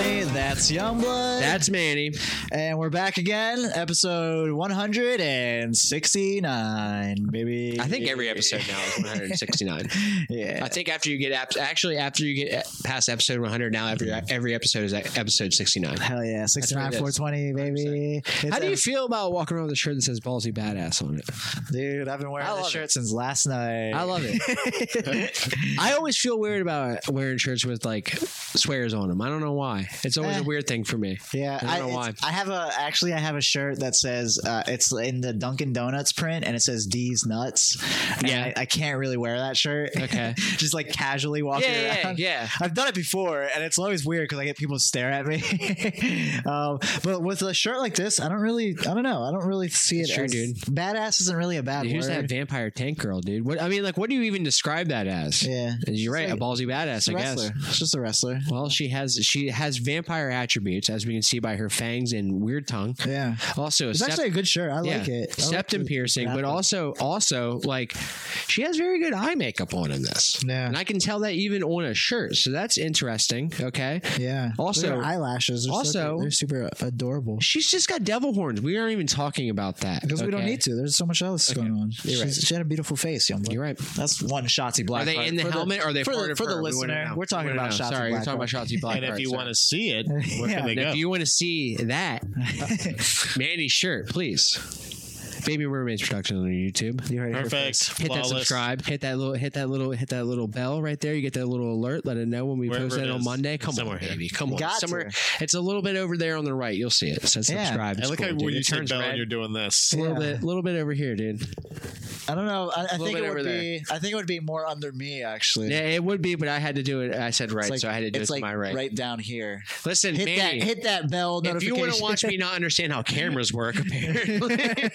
Chris Youngblood. That's Manny. and we're back again, episode 169, baby. I think every episode now is 169. yeah. I think after you get ap- actually after you get uh, past episode 100, now every every episode is at episode 69. Hell yeah, 69, it is. 420, baby. It's How do a- you feel about walking around with a shirt that says "ballsy badass" on it? dude? I've been wearing I this love shirt since last night. I love it. it. I always feel weird about wearing shirts with like swears on them. I don't know why. It's always Eh. a weird thing for me. yeah, I don't know it's- I have a actually I have a shirt that says uh, it's in the Dunkin' Donuts print and it says D's nuts. And Yeah. I, I can't really wear that shirt. Okay. just like casually walking around. yeah. I've done it before, and it's always weird because I get people stare at me. um, but with a shirt like this, I don't really, I don't know, I don't really see it. Sure, as, dude. Badass isn't really a bad Dude, who's word. that vampire tank girl, dude? What I mean, like, what do you even describe that as? yeah, You're right, a It's ballsy badass, a I guess. wrestler. It's just a wrestler. Well, she has she has vampire attributes, as we can see by her fangs and weird tongue. Yeah, Also, a it's step, actually a good shirt. I like yeah, it. I like septum it. piercing, but Yeah. also also like she has very good eye makeup on in this, Yeah, and I can tell that even on a shirt. So that's interesting. Okay, yeah. Also- Look at her eyelashes. They're so also- cute. they're super adorable. she's just got devil horns. We aren't even talking about that Because we don't need to. There's so much else going on. You're right. She's- She had a beautiful face, young You're lady. right. That's one Shotzi black. Are they card. in the For helmet? or are they for the- part of for the her? We wanna listener, know. we're talking We wanna about know. Shotzi Sorry, we're Black talking about Shotzi Black. and if Card, you sorry. want to see it, where Yeah. can they And go? if you want to see that, Manny's shirt, please. Baby Mermaids Productions on YouTube. You heard it here Perfect. Hit Flawless. that subscribe. Hit that little. Hit that little. Hit that little bell right there. You get that little alert. Let it know when we Wherever post that it on is. Monday. Come Somewhere on, here. baby. Come on. Got Somewhere. to. It's a little bit over there on the right. You'll see it. It says Yeah. subscribe. I It's like cool, how dude. when you It say turns bell red. and you're doing this. A little Yeah. bit. A little bit over here, dude. I don't know. I, I think bit it over would there. be. I think it would be more under me actually. Yeah, it would be, but I had to do it. I said right, It's like- so I had to do it it's to like my right. down here. Listen, Hit Manny. that. Hit that bell if you notification. want to watch me not understand how cameras work, apparently.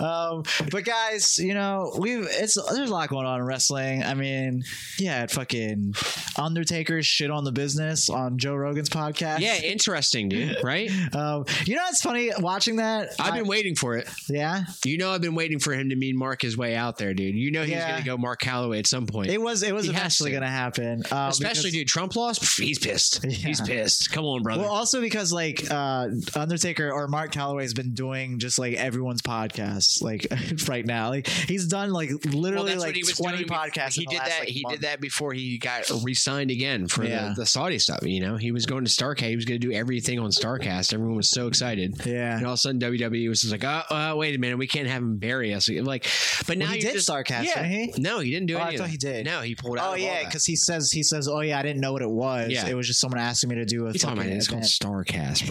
um, but guys, you know we've it's there's a lot going on in wrestling. I mean, yeah, fucking Undertaker shit on the business on Joe Rogan's podcast. yeah, interesting, dude. Right? Um, you know it's funny watching that. I've I- been waiting for it. yeah. You know, I've been waiting for him to mean Mark his way out there, dude. You know, he's Yeah. going to go Mark Calloway at some point. It was it was He has eventually to. going to happen. Um, Especially, because- dude, Trump lost. Pff, He's pissed. He's Yeah. pissed. Come on, brother. Well, also because like uh Undertaker or Mark Calloway has been doing just like everyone's podcast like right now. Like he's done like Well, literally that's what like he was twenty doing. podcasts. He in the did last, that. like, he month. did that before he got re-signed again for Yeah. the, the Saudi stuff. You know, he was going to Starcade. He was going to do everything on Starcast. Everyone was so excited. And Yeah. all of a sudden, WWE was just like, oh, uh, wait a minute, we can't have him bury us. Like, but now Well, he you're did just, Starcast, Yeah. didn't No, he didn't do Oh, it. I thought he did. No, he pulled out. Oh of all yeah, that. because he says he says, "Oh yeah, I didn't know what it was. Yeah. It was just someone asking me to do a You talking fucking about it's called event." Starcast,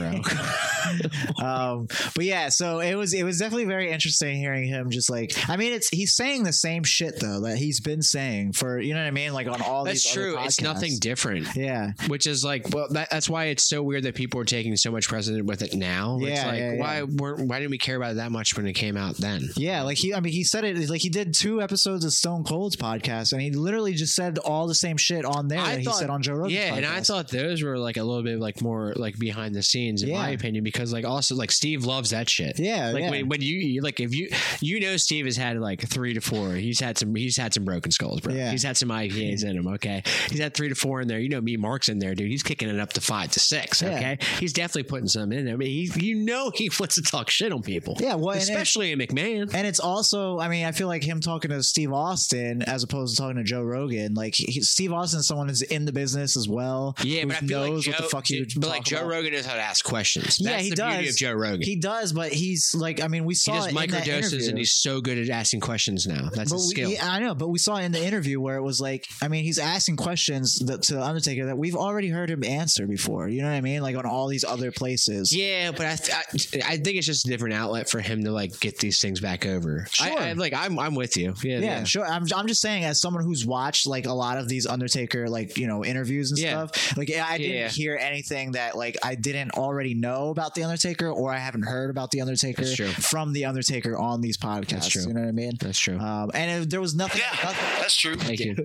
bro. um, but yeah, so it was it was definitely very interesting hearing him just like I mean it's he's saying the same shit though that he's been saying for you know what I mean like on all That's these other true. It's podcasts. nothing different. yeah, which is like well that, that's why it's so weird that people are taking so much precedent with it now it's Yeah, like yeah, yeah. why weren't why didn't we care about it that much when it came out then Yeah, like he, I mean, he said it like he did two episodes of Stone Cold's podcast, and he literally just said all the same shit on there I that thought- he said on Joe Rogan. yeah and i thought those were like a little bit like more like behind the scenes in Yeah. my opinion because like also like steve loves that shit yeah, oh, like yeah. when, when you- you like if you you know Steve has had like three to four he's had some he's had some broken skulls bro Yeah. he's had some IPAs in him okay he's had three to four in there you know me Mark's in there dude he's kicking it up to five to six Yeah. okay he's definitely putting some in there I mean he, you know he wants to talk shit on people Yeah, well, and it- especially in McMahon and it's also, I mean, I feel like him talking to Steve Austin as opposed to talking to Joe Rogan. Like he, Steve Austin, is someone who's in the business as well. yeah who but I feel like knows Joe, what the fuck he but like talk Joe about. Rogan knows how to ask questions Yeah, That's he the beauty does. of Joe Rogan He does, but he's like, I mean, we He saw does it in that microdoses interview. and he's so good at asking questions now that's But his we- skill yeah, I know, but we saw in the interview where it was like, I mean, he's asking questions that, to the Undertaker that we've already heard him answer before. You know what I mean? Like on all these other places. Yeah, but I, th- I I think it's just a different outlet for him to like get these things back over. I, Sure. I- like I'm I'm with you. Yeah, Yeah, yeah. sure. I'm, I'm just saying, as someone who's watched like a lot of these Undertaker like you know interviews and Yeah. stuff, like I didn't yeah. hear anything that like I didn't already know about the Undertaker or I haven't heard about the Undertaker That's true. from the Undertaker on these podcasts. true. You know what I mean? That's true. Um, and it, there was nothing. nothing that's true. Thank you.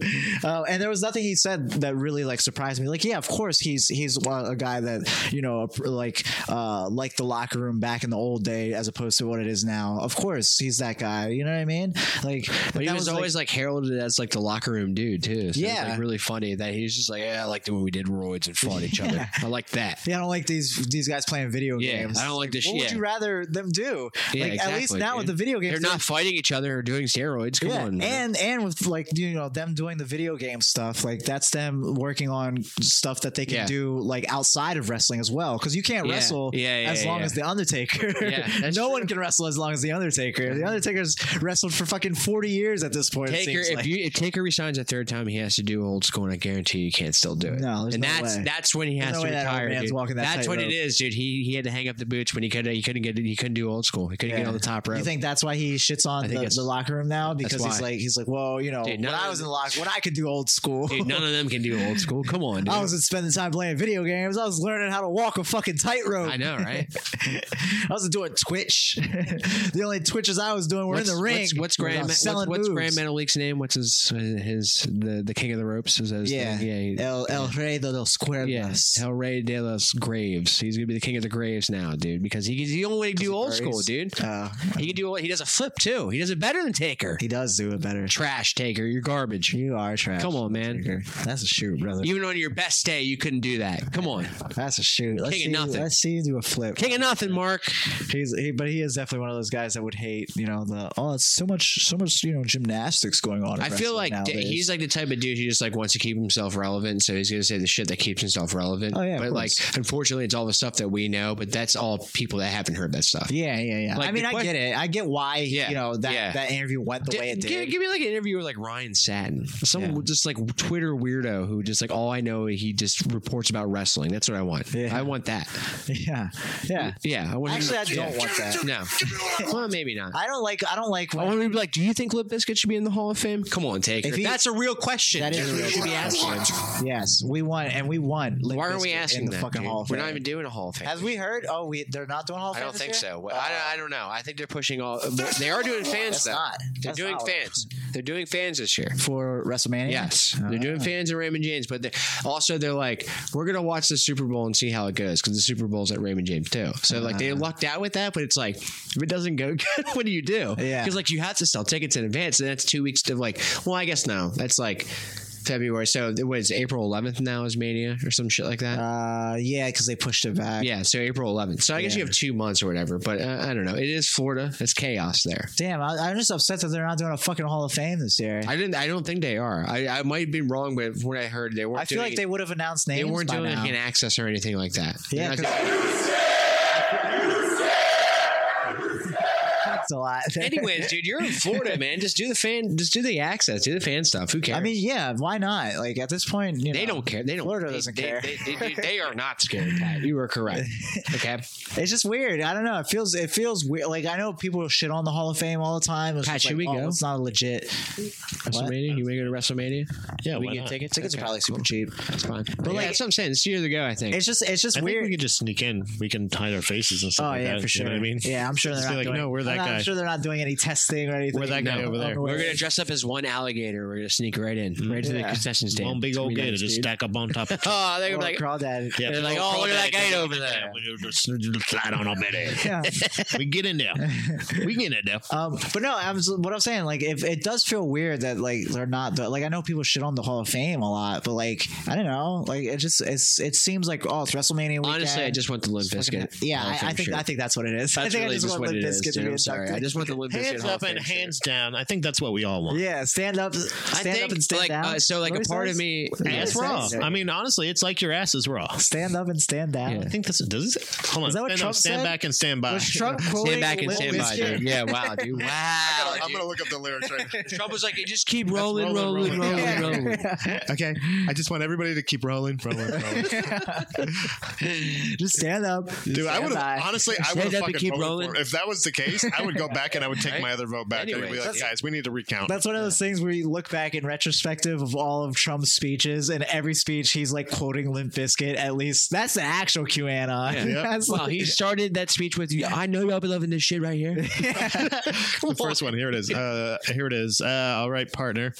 Uh, and there was nothing he said that really like surprised me. Like, yeah, of course he's he's one- a guy that you know like uh, like the locker room back in the old day as opposed to what it is now. Of course he's that guy. You know what I mean? saying? Like, But he was, always like, heralded as like the locker room dude too. So it's Yeah. like really funny that he was just like, yeah, I liked it when we did roids and fought each other. I like that. yeah, I don't like these these guys playing video Yeah, games. I don't like this What shit. would Yeah. you rather them do? Yeah, like at least exactly, now with the dude. video games, They're not fighting each other or doing steroids. Come yeah, on. man. and and with like you know them doing the video game stuff, like that's them working on stuff that they can Yeah. do like outside of wrestling as well. Because you can't Yeah. wrestle Yeah, yeah, as long yeah. as the Undertaker. Yeah, that's no true. one can wrestle as long as the Undertaker. The Undertaker's wrestled for fucking forty years at this point. it Taker, seems if like. you if Taker resigns a third time, he has to do old school, and I guarantee you can't still do it. No, there's and no that's way. that's when he There's has no to way that old retire. man's dude. walking that that's what it tightrope. is, dude. He he had to hang up the boots when he couldn't he couldn't get he couldn't do old school. He couldn't get Yeah. on the top rope. You think that's why he shits on I think the, it's- the locker room now because he's why. like he's like, whoa, you know, Dude, when none I of was in the- the locker, when I could do old school, Dude, none of them can do old school. Come on, dude. I wasn't spending time playing video games. I was learning how to walk a fucking tightrope. I know, right? I wasn't doing Twitch. the only Twitches I was doing were in the ring. What's, what's Grand We're Ma- what's, selling what's Grand moves. Metal League's name? What's his his the the King of the Ropes? Is that his Yeah. name? yeah, he- El El Rey de los Cuernos. Yes, El Rey de los Graves. He's gonna be the king of the graves now, dude, because he he only do old Graves? school, dude. Oh, He can do he does a flip too. He does it better than Taker. he does do it better. Trash Taker, you're garbage. You are trash. Come on, man. Taker. That's a shoot, brother. Even on your best day, you couldn't do that. Come on, That's a shoot. Let's King of see, nothing. Let's see you do a flip. king of nothing, Mark. He's he, but he is definitely one of those guys that would hate, you know, the oh, it's so much, so much, you know, gymnastics going on. in I feel wrestling like da- nowadays. he's like the type of dude who just like wants to keep himself relevant, so he's gonna say the shit that keeps himself relevant. Oh, yeah, of but like course. unfortunately, it's all the stuff that we know, but that's all people that haven't heard that stuff. yeah, yeah, yeah. Like, I mean, the I question- get it. I get why, Yeah, you know, that yeah. that interview went the D- way it did. Give, give me like an interview with like Ryan Satin, some Yeah. just like Twitter weirdo who just like all I know he just reports about wrestling. That's what I want. Yeah. I want that. yeah, yeah. Yeah, I want. him to- Actually, I don't want that. no, well, maybe not. I don't like. I don't like. I When, want to be like, do you think Lip Biscuit should be in the Hall of Fame? Come on, Taker. If he- That's a real question. That is a We real should be asking him. yes, we won, and we won. Limp Why aren't we Bizkit in asking the that? fucking dude? Hall of We're Fame? not even doing a Hall of Fame. Have we heard? Oh, we they're not doing Hall of I Fame. don't this think year? so. Uh, I, don't, I don't know. I think they're pushing all. They are doing fans That's though. not. They're that's doing not what- fans. They're doing fans this year. for WrestleMania. Yes, they're doing fans of Raymond James, but they also they're like, we're gonna watch the Super Bowl and see how it goes because the Super Bowl's at Raymond James too. So like Uh-huh. they lucked out with that, but it's like if it doesn't go good, what do you do? Yeah. because like you have to sell tickets in advance, and that's two weeks of like, well, I guess no, that's like February. So it was April 11th now is Mania or some shit like that. Uh, yeah, because they pushed it back. yeah, so April 11th. So I guess Yeah. you have two months or whatever, but uh, I don't know. It is Florida. It's chaos there. Damn, I, I'm just upset that they're not doing a fucking Hall of Fame this year. I didn't. I don't think they are. I, I might have been wrong, but when I heard they weren't, I feel doing like they would have announced names. They weren't by doing now. like an access or anything like that. Yeah, They're not 'cause- doing- That's a lot. Anyways, dude, you're in Florida, man. Just do the fan, just do the access, do the fan stuff. Who cares? I mean, yeah, why not? Like at this point, you they know, don't care. They don't. Florida they- doesn't they- care. They, they- they- they are not scared. Pat. You were correct. Okay, It's just weird. I don't know. It feels it feels weird. Like I know people shit on the Hall of Fame all the time. It's Pat, just should like, we oh, go? It's not legit. WrestleMania. You want to go to WrestMania? Yeah, we why can get not? tickets. Tickets Okay, are probably super cheap. that's fine. But like, like- that's what I'm saying. It's years ago, I think. It's just it's just I weird. think we could just sneak in. We can hide our faces and oh stuff. like yeah, that, for sure. You know what I mean, yeah, I'm sure they're Just not be like, doing. no, we're that I'm, guy. I'm sure they're not doing any testing or anything. We're that guy No, over on there. the We're way. gonna dress up as one alligator. We're gonna sneak right in, right to the Yeah. concession stand. One big It's gonna old be gator nice, just dude. stack up on top of Oh, they're Or gonna be like, crawdad. Yeah, They're big like, old "Oh, look at that crawdad guy just- over there." Yeah, we just- just slide on up in there. Yeah. We get in there. We get in there. Um, but no, I was, what I'm saying, like, if it does feel weird that like they're not, the, like, I know people shit on the Hall of Fame a lot, but like, I don't know, like, it just it's it seems like oh, it's WrestleMania. Weekend. honestly, I just want the Limp Bizkit. yeah, Hall of I, I Fame think shirt. I think that's what it is. I That's think really I just, just want what Limp it is, Bizkit to dude. be I'm sorry. inducted. I just want the Limp Bizkit Hands Hall up of and Fame shirt. hands down. I think that's what we all want. yeah, stand up, stand I up think and stand like down. uh, so like a What part is this? of me Yeah, Ass it's raw. nice. I mean, honestly, it's like your ass is raw. stand up and stand down. I think that's does it. say- Hold on. Is that what stand Trump up, stand said? back and stand by. Was Trump quoting Stand back and Limp stand by, Bizkit? dude. Yeah, wow, dude. Wow. I'm gonna look up the lyrics right now. Trump was like, just keep rolling, rolling, rolling, rolling, Yeah. rolling. Okay, I just want everybody to keep rolling, rolling, rolling. just stand up, Dude, I stand would by. have honestly, I Stand would up have and fucking keep voted for rolling. him. If that was the case, I would go back and I would take my other vote back. and I'd be Anyways, like, guys, we need to recount. That's one of those things where you look back in retrospective of all of Trump's speeches, and every speech he's like quoting Limp Biscuit. At least that's the actual QAnon. Yeah. Yep. That's Wow, like- he started that speech with, I know y'all been loving this shit right here. the first one. Here it is. Uh, here it is. Uh, all right, partner.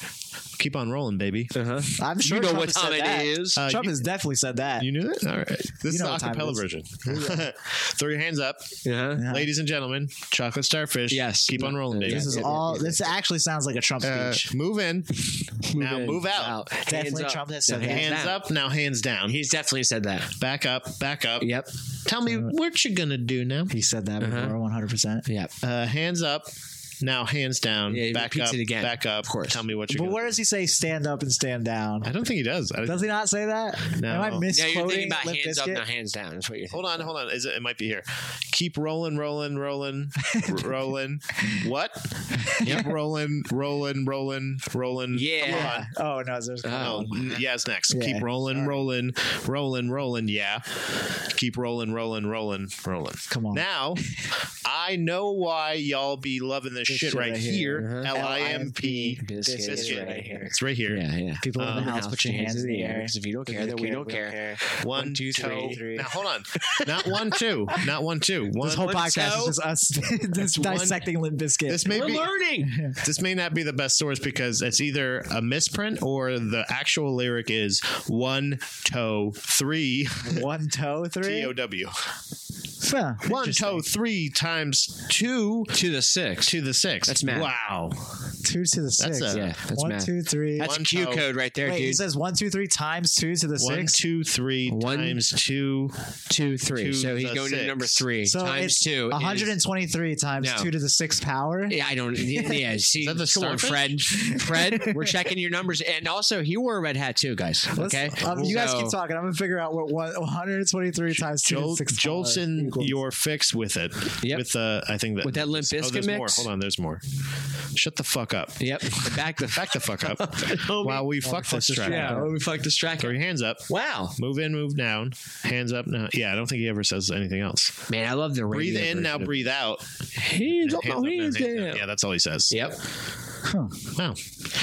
Keep on rolling, baby. Uh-huh. I'm You sure know Trump what has said time it that. is. Uh, Trump you- has definitely said that. You knew it? All right. This know is what the time it acapella is. version. Three hands up. Uh-huh. Yeah. Ladies and gentlemen, Chocolate Starfish fish. Yes. Keep on rolling, baby. This is Yeah, yeah, all. yeah. This actually sounds like a Trump Uh, speech. move in. now in, move out. Definitely Hands up. Trump that said No, that. Hands down. up. Now hands down. He's definitely said that. Back up. Back up. Yep. Tell me Uh, what you're gonna do now. He said that Uh-huh. before, one hundred percent. Yep. Uh, hands up. Now hands down. Yeah, he back repeats up. it again. Back up. Of course. Tell me what you're. But Gonna where does he say stand up and stand down? I don't think he does. I, Does he not say that? No. Am I No, you're Now misquoting Uh, you're thinking about Limp hands up, Bizkit? now hands down. That's what you're thinking. hold on. Hold on. Is it? It might be here. Keep rolling. Rolling. Rolling. r- rolling. What? Keep rolling. Rolling. Rolling. Rolling. Yeah. Come on. Oh no, there's Oh. Oh, n- yeah, it's next. Yeah, Keep rolling, rolling, rolling, rolling. Yeah. Keep rolling, rolling, rolling, rolling. come on. Now, I know why y'all be loving this, shit, shit right right uh-huh. here. here. L I M L.I.M.P.. P. Biscuit is Biscuit. right here. It's right here. Yeah, Uh-huh. yeah. People in Um, the house, put your hands in the air. Because if you don't care, then we don't care. One, two, two, three. three. Three. Now, hold on. Not one, two. Not one, two. One, This whole one, podcast toe. is just us just one- dissecting Limp Bizkit. This may We're be learning. this may not be the best source because it's either a misprint or the actual lyric is one toe three one toe, three. T O W. Huh. One toe three times two To the six. to the six. That's math. Wow. Two to the six. That's a- yeah, that's one, math. two, three. That's One a Q toe. code right there, Wait, he dude. says one, two, three times two to the One, six. two, three One- times two. two, three. to so he's the going to six. number three So times it's two. is- 123 times No. two to the sixth power. Yeah, I don't. Yeah, yeah, see, that the come on, Fred. Fred, we're checking your numbers, and also he wore a red hat too, guys. Let's- Okay, um, you guys keep So- talking. I'm gonna figure out what one, 123 times two to the Jolt, sixth jolts power in equals. your fix with it. Yep. With uh, I think that With that Limp oh, there's Bizkit more. mix? Hold on, there's more. Shut the fuck up. Yep, back the Back the fuck up. While we fuck this track. Yeah. Oh, we fucked this track. Throw your hands up. Wow, Move in, move down. Hands up now. Yeah, I don't think he ever says anything else. man, I love the Breathe radio in now. version Breathe out. of- Hands up, Hands up now, now, hands hands up. down. Yeah, that's all he says. Yep. Wow.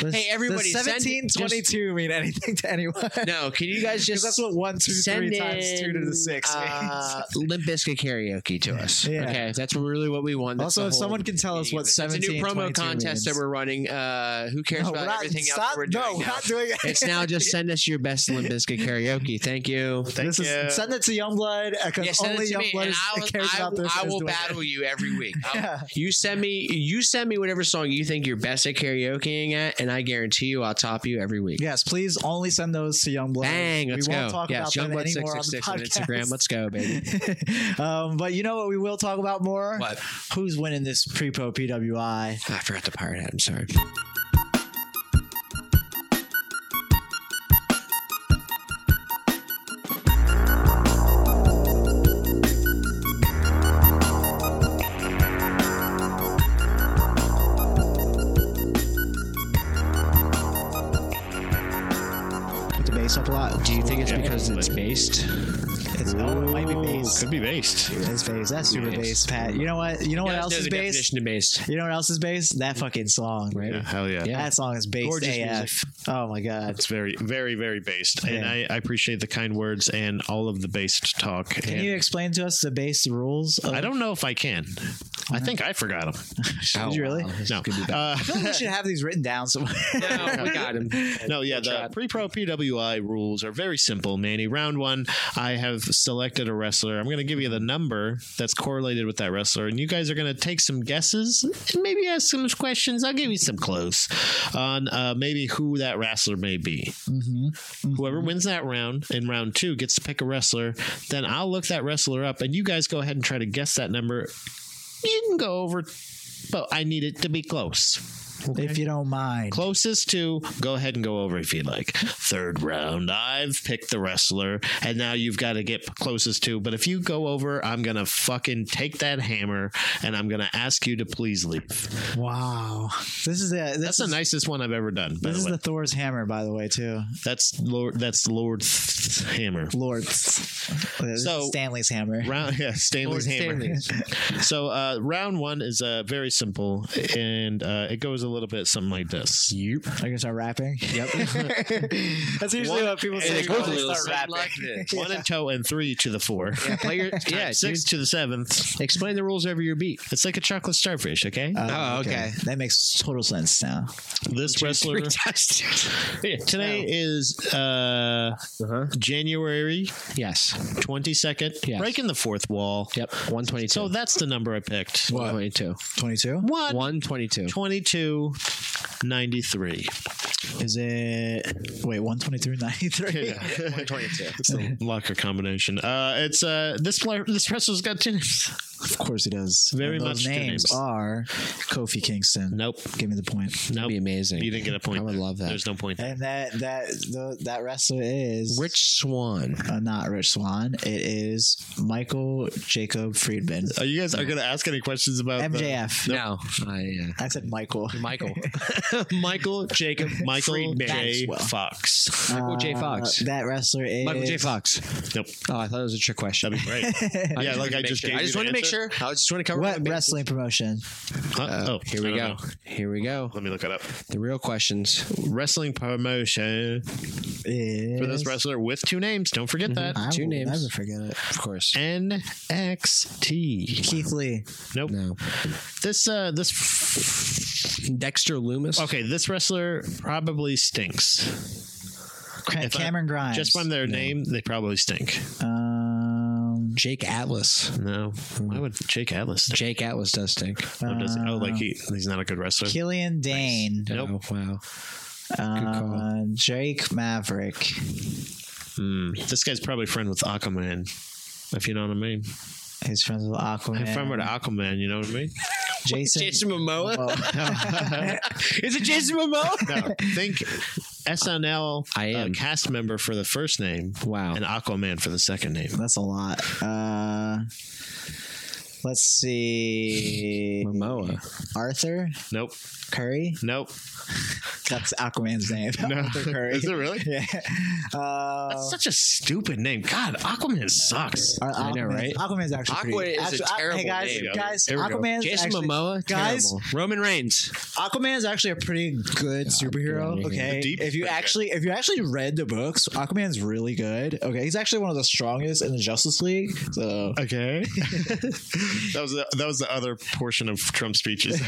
Does- Hey, everybody, Does send- 1722 mean anything to anyone? No, can you Because guys just that's what one, two, send three times two to in, the six means. Uh, Limp Bizkit karaoke to us. Yeah. Okay, that's really what we want. That's Also, the if whole someone can tell us what meaning of it. It's a new 17, promo 22 contest means. that we're running. Uh, who cares No, we're about not, everything stop, else that we're doing? no, we're now? not doing it. it's now just send us your best Limp Bizkit karaoke. Thank you. Thank this you. is send it to Youngblood because Yeah, send only it to me, Youngblood and is- I will, cares I about will, this. I is will doing it. battle you every week. I'll- Yeah. You send me, you send me whatever song you think you're best at karaokeing at, and I guarantee you, I'll top you every week. Yes, please only send those to Youngblood. Bang! Let's we go. won't talk yes, about them Youngblood six anymore six six on on the Instagram. Let's go, baby. podcast. um, but you know what? We will talk about more. What? Who's winning this pre-pro PWI? Ah, I forgot the pirate hat. I'm sorry. Put the bass up a lot. Do you think it's Yeah, because it's based? It's, oh, it might be Ooh, bass. Could be based. It's bass. That's super bass, Bass. Pat. You know what? You know what else is bass? Definition of based, You know what else is bass? That fucking song. right? Yeah, hell yeah. Yeah. That song is bass Gorgeous AF. music. Oh my god. It's very, very, very based. And Yeah. I, I appreciate the kind words and all of the based talk. Can and you explain to us the bass rules? Of, I don't know if I can. I think I forgot them. Did Oh, you really? wow. This No. could be bad. Uh, I feel like we should have these written down somewhere. no, oh we got him. no, yeah, the tried. pre pro PWI rules are very simple, Manny. Round one, I have selected a wrestler. I'm going to give you the number that's correlated with that wrestler, and you guys are going to take some guesses and maybe ask some questions. I'll give you some clues on uh, maybe who that wrestler may be. Whoever wins that round in round two gets to pick a wrestler. Then I'll look that wrestler up, and you guys go ahead and try to guess that number. You can go over, but I need it to be close If you don't mind. closest to go ahead and go over if you'd like third round i've picked the wrestler and now you've got to get closest to but if you go over i'm gonna fucking take that hammer and i'm gonna ask you to please leave Wow. This is a this that's the is, nicest one i've ever done by This the is way the Thor's hammer, by the way, too. that's lord that's lord hammer Lord. So- Stanley's hammer. Round yeah, Stanley's Lord hammer. so uh, round one is uh, very simple, and uh, it goes a little bit something like this. Yep. Are you gonna start rapping? Yep. That's usually what people and say it when goes a they little start rapping. One in toe and three to the four. yeah, play your yeah. Times six dude. to the seventh. explain the rules over your beat. It's like a chocolate starfish, okay? Oh, okay. That makes total sense now. this wrestler Three touchdowns. Yeah, today is uh January yes. 22nd. Uh-huh. Yes. Breaking the fourth wall. Yep. One twenty-two. So that's the number I picked. one twenty-two. Twenty-two. What? One twenty-two. 22 93. Is it? Wait, one twenty-three ninety-three. One twenty-two. It's a locker combination. Uh, it's uh, this player, this wrestler's got two names. Of course he does. Very And those much two names, names. are Kofi Kingston. Nope. Give me the point. That'd Nope. be amazing. You didn't get a point. I would there. love that. There's no point. there. And that that the, that wrestler is Rich Swan. uh, not Rich Swan. It is Michael Jacob Friedman. Are Uh, you guys are going to ask any questions about the- MJF. No, I, I said Michael. uh, Michael. Michael Jacob Michael Friedman. J. Maxwell. Fox? Michael J. Uh, Fox. that wrestler is Michael J. Fox. Nope. Oh, I thought it was a trick question. That'd be great. I yeah, just wanted like I to make just sure. gave I you just the want to make answer. sure. I just want to cover all What the bases. wrestling promotion? Huh? Uh, oh, here I we don't go. know. Here we go. Let me look it up. The real questions. Wrestling promotion Is, for this wrestler with two names. Don't forget that. I Two will names. Never forget it. Of course. NXT. Keith Lee. Nope. No. This uh this Dexter Loomis. okay, this wrestler probably stinks. Cra- If I- Cameron Grimes. Just from their name, they probably stink. Um, Jake Atlas. No. Why would Jake Atlas stink? Jake Atlas does stink. oh, does he? oh, like he he's not a good wrestler. Killian Dane. Nope. Oh, wow. Uh, call. Jake Maverick. Hmm. This guy's probably friend with Aquaman. If you know what I mean. He's friends with Aquaman. If I'm with Aquaman, you know what I mean? Jason. Jason Momoa. Is it Jason Momoa? No. Think SNL I uh, am. Oh. cast member for the first name Wow. and Aquaman for the second name. That's a lot. Uh, let's see. Momoa. Arthur Nope. Curry. Nope. That's Aquaman's name. Arthur Curry. Is it really? Yeah. Uh, That's such a stupid name. God, Aquaman sucks. Our I know, Aquaman's- right? Aquaman's actually Aqua pretty- is a actually, I- terrible hey guys, name. guys, Here we go. Aquaman's Jason actually, Momoa. guys, Terrible. Roman Reigns. Aquaman's actually a pretty good out of superhero. here. Okay, The Deep's if you pretty actually if you actually read the books, Aquaman's really good. Okay, he's actually one of the strongest in the Justice League. So Okay. that was the, that was the other portion of Trump's speeches.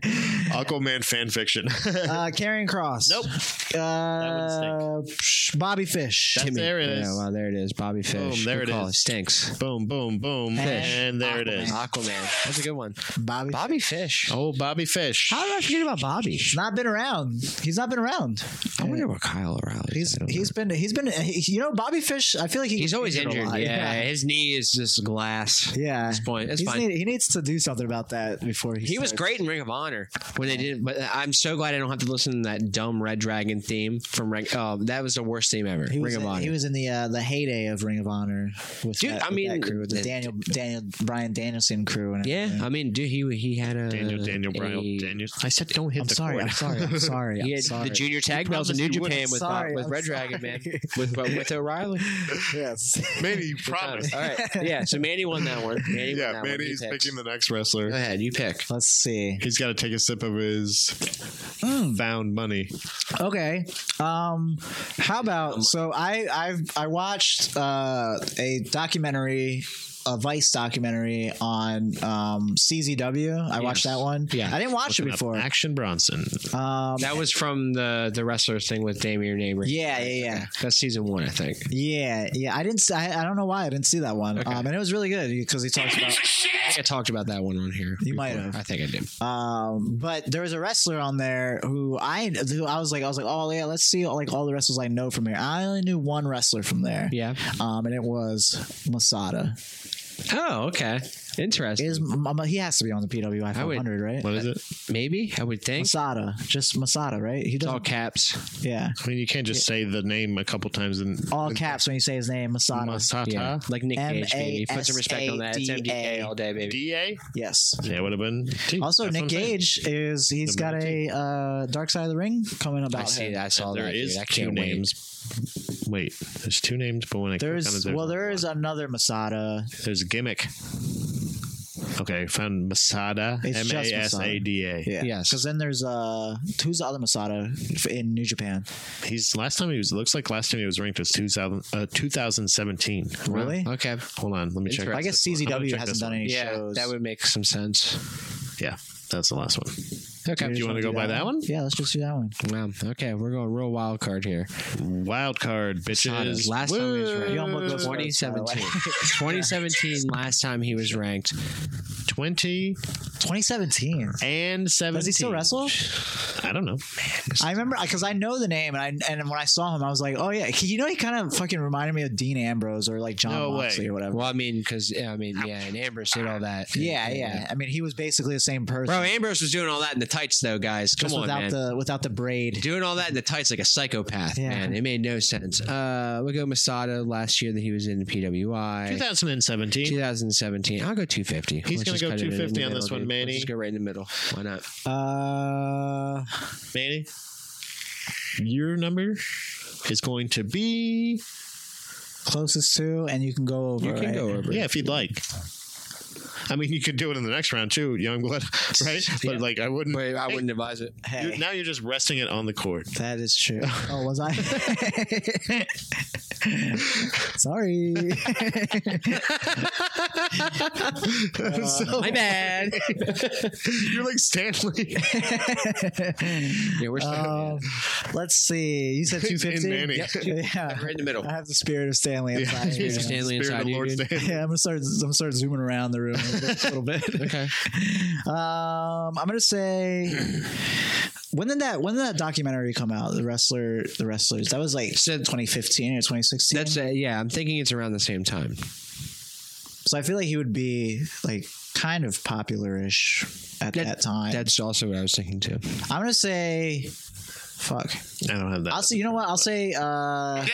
Aquaman fan fiction. Uh, Carrying Cross. Nope. Uh, psh, Bobby Fish. That's- there it is. Yeah, wow, there it is. Bobby Fish. Boom, there Good it call. is. Stinks. boom, boom, boom, and there it is. Aquaman. That's a good one. Bobby. Bobby Fish. Oh, Bobby Fish. How did I forget about Bobby? He's not been around. He's not been around. I wonder what Kyle O'Reilly. He's he's been he's been he- you know Bobby Fish. I feel like he he's gets always a injured. lot. Yeah, his knee is just glass. Yeah. This point, it's He's fine. need- he needs to do something about that before he. He was starts. great in Ring of Honor when they did, but I'm so glad I don't have to listen to that dumb Red Dragon theme from Ring. Oh, that was the worst theme ever. He Ring was, of in, Honor. he was in the uh, the heyday of Ring of Honor with Dude, that, with I that mean, crew, with the it- Daniel Daniel Brian Danielson crew and yeah, everything. I mean, dude, he he had a Daniel, Daniel, Bryan, a- Daniel. I said don't hit I'm the sorry, cord. I'm sorry, I'm sorry, He I'm had sorry. the junior tag belts in promised New you wouldn't. Japan with, uh, Sorry, with I'm Red sorry. Dragon, man, with uh, with O'Reilly. yes. Manny, you promised. All right, yeah. So Manny won that one. Manny won Yeah, that Manny's one. You picking pick. the next Go wrestler. ahead, you pick. Let's see. He's got to take a sip of his Mm. found money. Okay. Um how about so I I've I watched uh a documentary a Vice documentary on um CZW. I watched that one. Yeah. I didn't watch it Looking up before. Action Bronson. Um That was from the the wrestler thing with Damian Neighbor. yeah, yeah, yeah. That's season one, I think. Yeah, yeah. I didn't. s- I, I don't know why I didn't see that one. Um, and it was really good because he talks about. I think I talked about that one on here. You might have. I think I did. Um, but there was a wrestler on there who I who I was like I was like oh yeah let's see like all the wrestlers I know from here. I only knew one wrestler from there. Yeah. Um, and it was Masada. Oh, okay. Interesting. Is um, he has to be on the PWI I would- 500 right? What is it? Maybe I would think. Masada, just Masada, right? He It's all does. caps. Yeah, I mean, you can't just say the name a couple times and all caps when you say his name, Masada. Masata. Yeah. Like Nick Cage, baby. He Put some respect on that. It's M-A-S-A-D-A. MDK all day, baby. DA? Yes. Yeah, would have been. T. Also, That's Nick what I'm saying. Gage is he's The got a uh, Dark Side of the Ring coming about. I see. him. that. I saw There that. dude. is I two can't wait. names. Wait, there's two names, but when I click on There's it, well, there is another Masada. there's a gimmick. Okay, found Masada. It's M just A S A D A. Yeah. Yes. Because then there's uh, who's the other Masada f- in New Japan? He's last time he was looks like last time he was ranked was 2000, uh, 2017. Really? Okay. Hold on, let me check. Interesting. I guess this one. I'm gonna CZW check hasn't this done any Yeah, shows. that would make some sense. Yeah, that's the last one. Okay. Do you want to do go by that one? Yeah, let's just do that one. Wow. Okay, we're going real wild card here. Wild card, bitches. Last time he was ranked. You almost go for it, by the way. 2017. 2017, last time he was ranked. Twenty 2017. and seventeen. Does he still wrestle? I don't know. I remember because I know the name, and I and when I saw him, I was like, oh yeah, you know, he kind of fucking reminded me of Dean Ambrose or like John No way. Moxley or whatever. Well, I mean, because yeah, I mean, yeah, and Ambrose did all that. yeah, yeah. I mean, he was basically the same person, Bro, Ambrose was doing all that in the tights, though, guys. Come just on, without man. the without the braid. doing all that in the tights like a psychopath, Yeah. man. It made no sense. Uh, we'll go Masada last year that he was in the PWI. 2017. 2017. I'll go 250. He's Let's gonna just go cut it in the 250 on middle, this one, dude. Let's Manny. just go right in the middle. Why not? Uh, Manny, your number is going to be closest to, and you can go over. You can right? go over. yeah, if you'd like. I mean, you could do it in the next round too, Youngblood, right? But like, I wouldn't. But I wouldn't advise it. Hey, you now you're just resting it on the court. that is true. Oh, was I? Sorry. Uh, Oh. My bad. You're like Stanley. yeah, we're stuck Um, let's see. You said two He's in fifty. Manny. Yeah. right in the middle. I have the spirit of Stanley. I'm sorry. Mr. Yeah. Stanley Spirit inside of you, Lord dude. Stanley. Yeah, I'm gonna start. I'm gonna start zooming around the room a little bit. Okay. Um, I'm gonna say, when did that when did that documentary come out? The wrestler, the wrestlers. That was like So- 2015 or 2016. That's uh, yeah. I'm thinking it's around the same time. so I feel like he would be like kind of popular-ish at that, time. That's also what I was thinking too. I'm gonna say, fuck. I don't have that. I'll say. You know what? I'll say. uh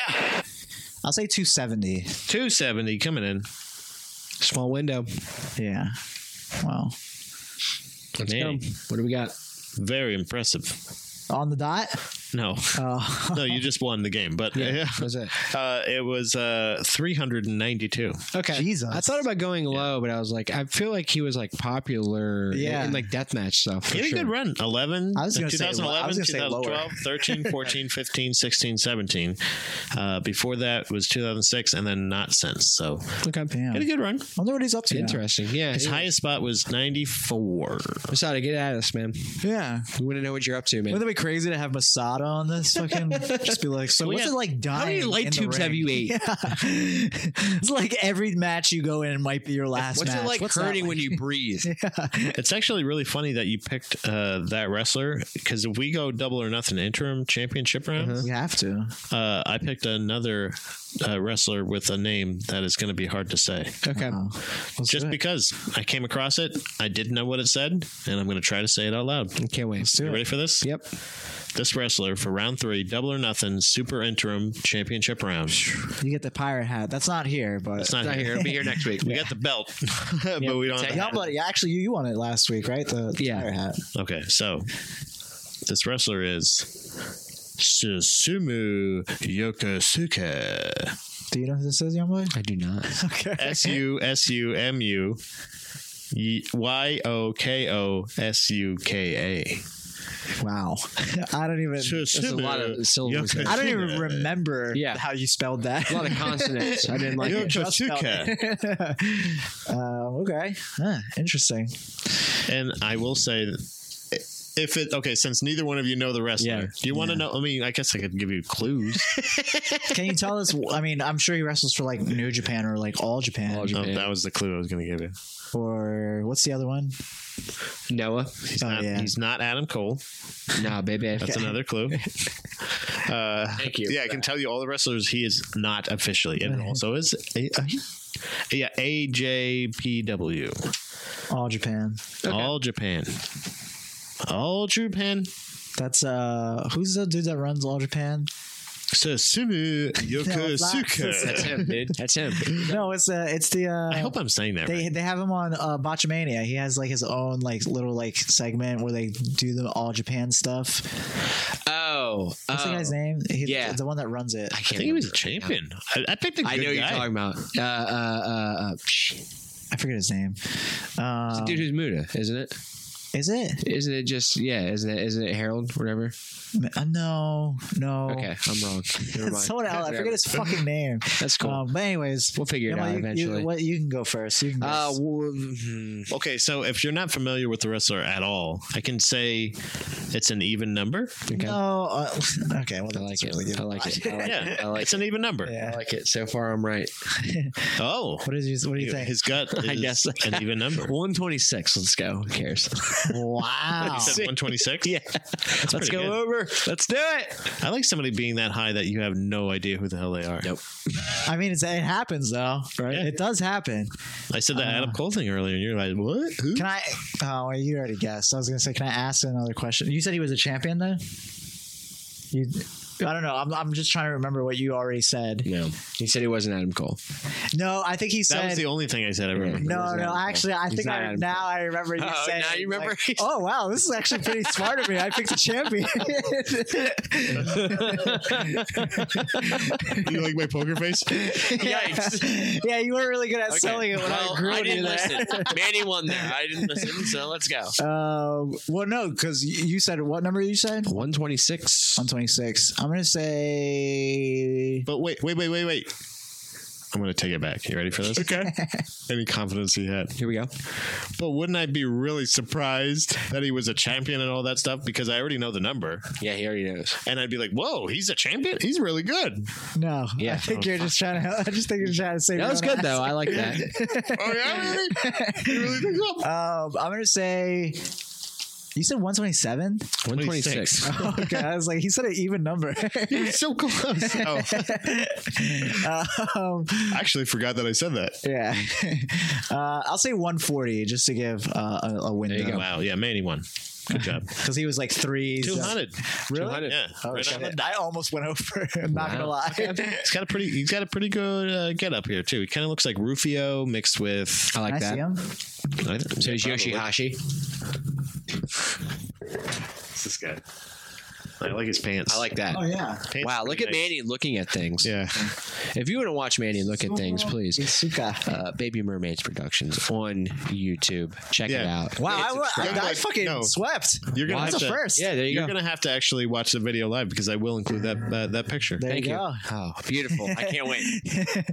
I'll say 270. 270 coming in. Small window. Yeah. Wow. Let's Manny. go. What do we got? Very impressive. On the dot. No, Oh. no, you just won the game, but What's it? Uh, it was uh, 392. Okay. Jesus. I thought about going low, but I was like, I feel like he was like popular Yeah. in, in like deathmatch stuff. For He had a sure. good run. 11, I was gonna say- 2011, I was gonna say lower. 2012, 13, 14, 15, 16, 17. Uh, before that was 2006 and then not since. So Okay. Damn. had a I good run. wonder what he's up to. now. Interesting. Yeah. His yeah. highest spot was 94. Masada, get at us, man. Yeah. We want to know what you're up to, man. Wouldn't it be crazy to have Masada on this fucking? just be like, so We what's had- it like dying? How many light in the tubes ring? have you ate? Yeah. it's like every match you go in might be your last What's match. it like What's that hurting like? Uh-huh. when you breathe? It's actually really funny that you picked uh, that wrestler because if we go double or nothing interim championship round, You have to. uh, I picked another uh, wrestler with a name that is going to be hard to say. Okay. Oh. Let's Just do it. because I came across it, I didn't know what it said, and I'm going to try to say it out loud. Can't wait. You ready for this? Yep. This wrestler for round three, double or nothing, super interim championship round. you get the pirate hat. That's not here, but It's not, Not here. here. It'll be here next week. We got the belt, but Yeah, we don't. it's a- Have the Young hat. buddy, actually, you, you won it last week, right? The, the Yeah. pirate hat. Okay, so this wrestler is Susumu Yokosuka. Do you know who this is, young boy? I do not. Okay. S U S U M U Y O K O S U K A. Wow. I don't even. a lot of syllables there. I don't even remember Yeah. how you spelled that. A lot of consonants. I didn't like it. Yokosuka. Uh, okay. Huh, interesting. And I will say, that if it okay, since neither one of you know the wrestler, Yeah. do you want to know? I mean, I guess I could give you clues. Can you tell us? I mean, I'm sure he wrestles for like New Japan or like All Japan, All Japan. Oh, that was the clue I was going to give you. or what's the other one? Noah. He's, Oh, not, yeah. he's not Adam Cole. Nah, baby. That's another clue. Uh, Thank you Yeah, for I can that. tell you all the wrestlers he is not officially, and also is. A, uh, yeah, AJPW. All Japan. All Japan. All Japan. That's uh, who's the dude that runs All Japan? Susumu That's Yokosuka. him, dude. That's him. No, it's uh, it's the. Uh, I hope I'm saying that right. they they have him on uh, Botchamania. He has like his own like little like segment where they do the All Japan stuff. Oh. What's oh. the guy's name? He- yeah. the one that runs it. I I can't think he was a remember right now. champion. I, I picked a good I know guy. you're talking about. Uh, uh, uh, uh, shit. I forget his name. Um, Dude, who's Muda? Isn't it? is it? Isn't it just yeah? Isn't it? Isn't it Harold? Whatever. Uh, no, no. Okay, I'm wrong. Never mind. Oh. Someone else. I forget his fucking name. That's cool. Um, but anyways, We'll figure it Emma, out you, eventually. You, what, you can go first. You can go uh, s- w- hmm. Okay, so if you're not familiar with the wrestler at all, I can say it's an even number. okay. No. Uh, okay. Well, I like that's it. really good. I like it. I like Yeah, it. I like it's it. an even number. Yeah. I like it. So far, I'm right. Oh, What is you? What do you think? his gut is I guess. an even number. 126. Let's go. Who cares? wow. You said 126. yeah. Let's pretty go good. over. Let's do it. I like somebody being that high that you have no idea who the hell they are. Nope. I mean, it's, it happens though, right? Yeah. It does happen. I said that Adam Cole thing earlier, and you're like, what? Who? Can I? Oh, you already guessed. I was gonna say, can I ask another question? You said he was a champion, though. You, I don't know. I'm, I'm just trying to remember what you already said. No. He said he wasn't Adam Cole. No, I think he that said. was the only thing I said I remember. It no, was no. Adam Cole. Actually, I He's think not I, Adam now I remember you Oh, saying. now you remember like, he's- oh wow, this is actually pretty smart of me. I picked a champion. you like my poker face? Yikes. yeah, you weren't really good at Okay. selling it when Well, I grew I you didn't there. listen. Manny won there. I didn't listen. So let's go. Um, well, no, because you said what number you said? 126. 126. I'm going to say. But wait, wait, wait, wait, wait. I'm going to take it back. You ready for this? Okay. Any confidence he had. Here we go. But wouldn't I be really surprised that he was a champion and all that stuff? Because I already know the number. Yeah, he already knows. And I'd be like, whoa, he's a champion? He's really good. No. I Yeah. think you're just trying to. I just think you're trying to say. That was good, though. I like that. oh, yeah, really? He really did well. Um, I'm going to say. You said 127? 126. Okay, I was like, he said an even number. He was so close. Oh, um, I actually forgot that I said that. yeah. Uh, I'll say 140 just to give uh, a, a window. Wow, yeah, Manny won. Good job. Because he was like three. so- 200. Really? 200. Yeah. Oh, right on. shit. I almost went over. I'm not Wow. going to lie. He's got a pretty. He's got a pretty good uh, get up here too. He kind of looks like Rufio mixed with. I like I that. see him. So it's Yoshihashi. this guy. I like his pants. I like that. Oh, yeah. Pants Wow, pretty look at nice. Manny looking at things. Yeah, If you want to watch Manny look at things, please. Isuka. Uh, Baby Mermaids Productions on YouTube. Check it Yeah. out. Wow, I, wa- I, subscribe. I fucking No. swept. you're gonna That's have a to. first. Yeah, there you You're go. gonna have to actually watch the video live because I will include that uh, that picture. There Thank you you. go. Oh. Oh, beautiful. I can't wait.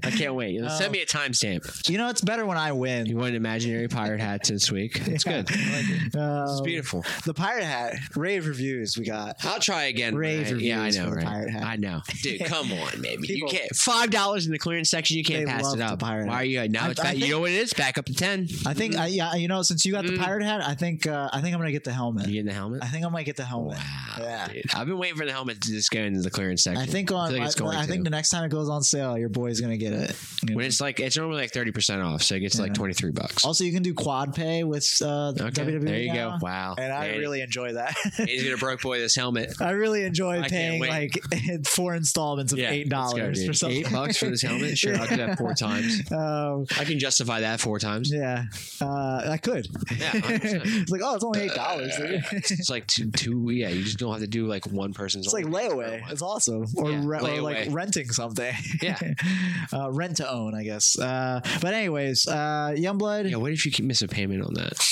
I can't wait. Send me a timestamp. You know, it's better when I win. You want an imaginary pirate hat this week? It's good. I like it. It's Um, beautiful. the pirate hat rave reviews we got. I'll try again. Rave Ryan. Yeah, I reviews know. for the right? pirate hat. I know, dude. Come on, baby. People- you can't. Five dollars in the clearance section. You can't They pass love it the up. pirate Why are you now? I- It's I back, you think- know what it is? Back up to ten. I think, I, yeah, you know, since you got the Mm. pirate hat, I think, uh, I think I'm gonna get the helmet. You getting the helmet? I think I might get the helmet. Wow, Yeah. dude. I've been waiting for the helmet to just go into the clearance section. Ah, I think on, feel I, like it's going I think the to. next time it goes on sale, your boy's gonna get it. when it's like it's normally like thirty percent off, so it gets like Yeah. twenty three bucks. also, you can do quad pay with uh, Okay, WWE. there you now, go. Wow, And I Man, really enjoy that. he's gonna broke boy this helmet. I really enjoy I can't paying wait. like four installments of Yeah, eight let's go, dollars dude. for something. Eight bucks for this helmet. Sure, I'll do that four times. Um, I can justify that four times. yeah, uh, I could. Yeah, Uh, 100%. it's like, oh, it's only eight dollars. it's like two, two. Yeah, you just don't have to do like one person's. It's like only. layaway. It's awesome, or, Yeah, re- or like layaway. renting something. Yeah. uh, rent to own, I guess. Uh, but anyways, uh, Youngblood. Yeah, Yeah, what if you keep- miss a payment on that?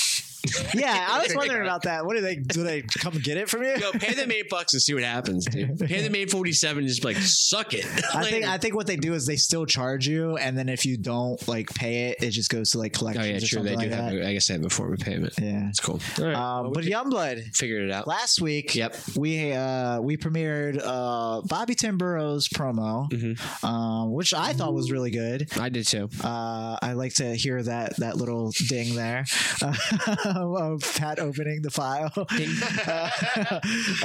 I was wondering about that. What do they do? They come get it from you? Yo, pay them eight bucks and see what happens, dude. Pay them eight forty seven and just be like suck it. I think Later. I think what they do is they still charge you, and then if you don't like pay it, it just goes to like oh collections yeah, or sure. They something do like have. that. I guess they have a form of payment. Yeah. It's cool. All right, Um, but Youngblood, figured it out. last week Yep. we uh we premiered uh bobby tim burrows promo Mm-hmm. um which i thought was really good I did too. uh i like to hear that that little ding there of pat opening the file Uh,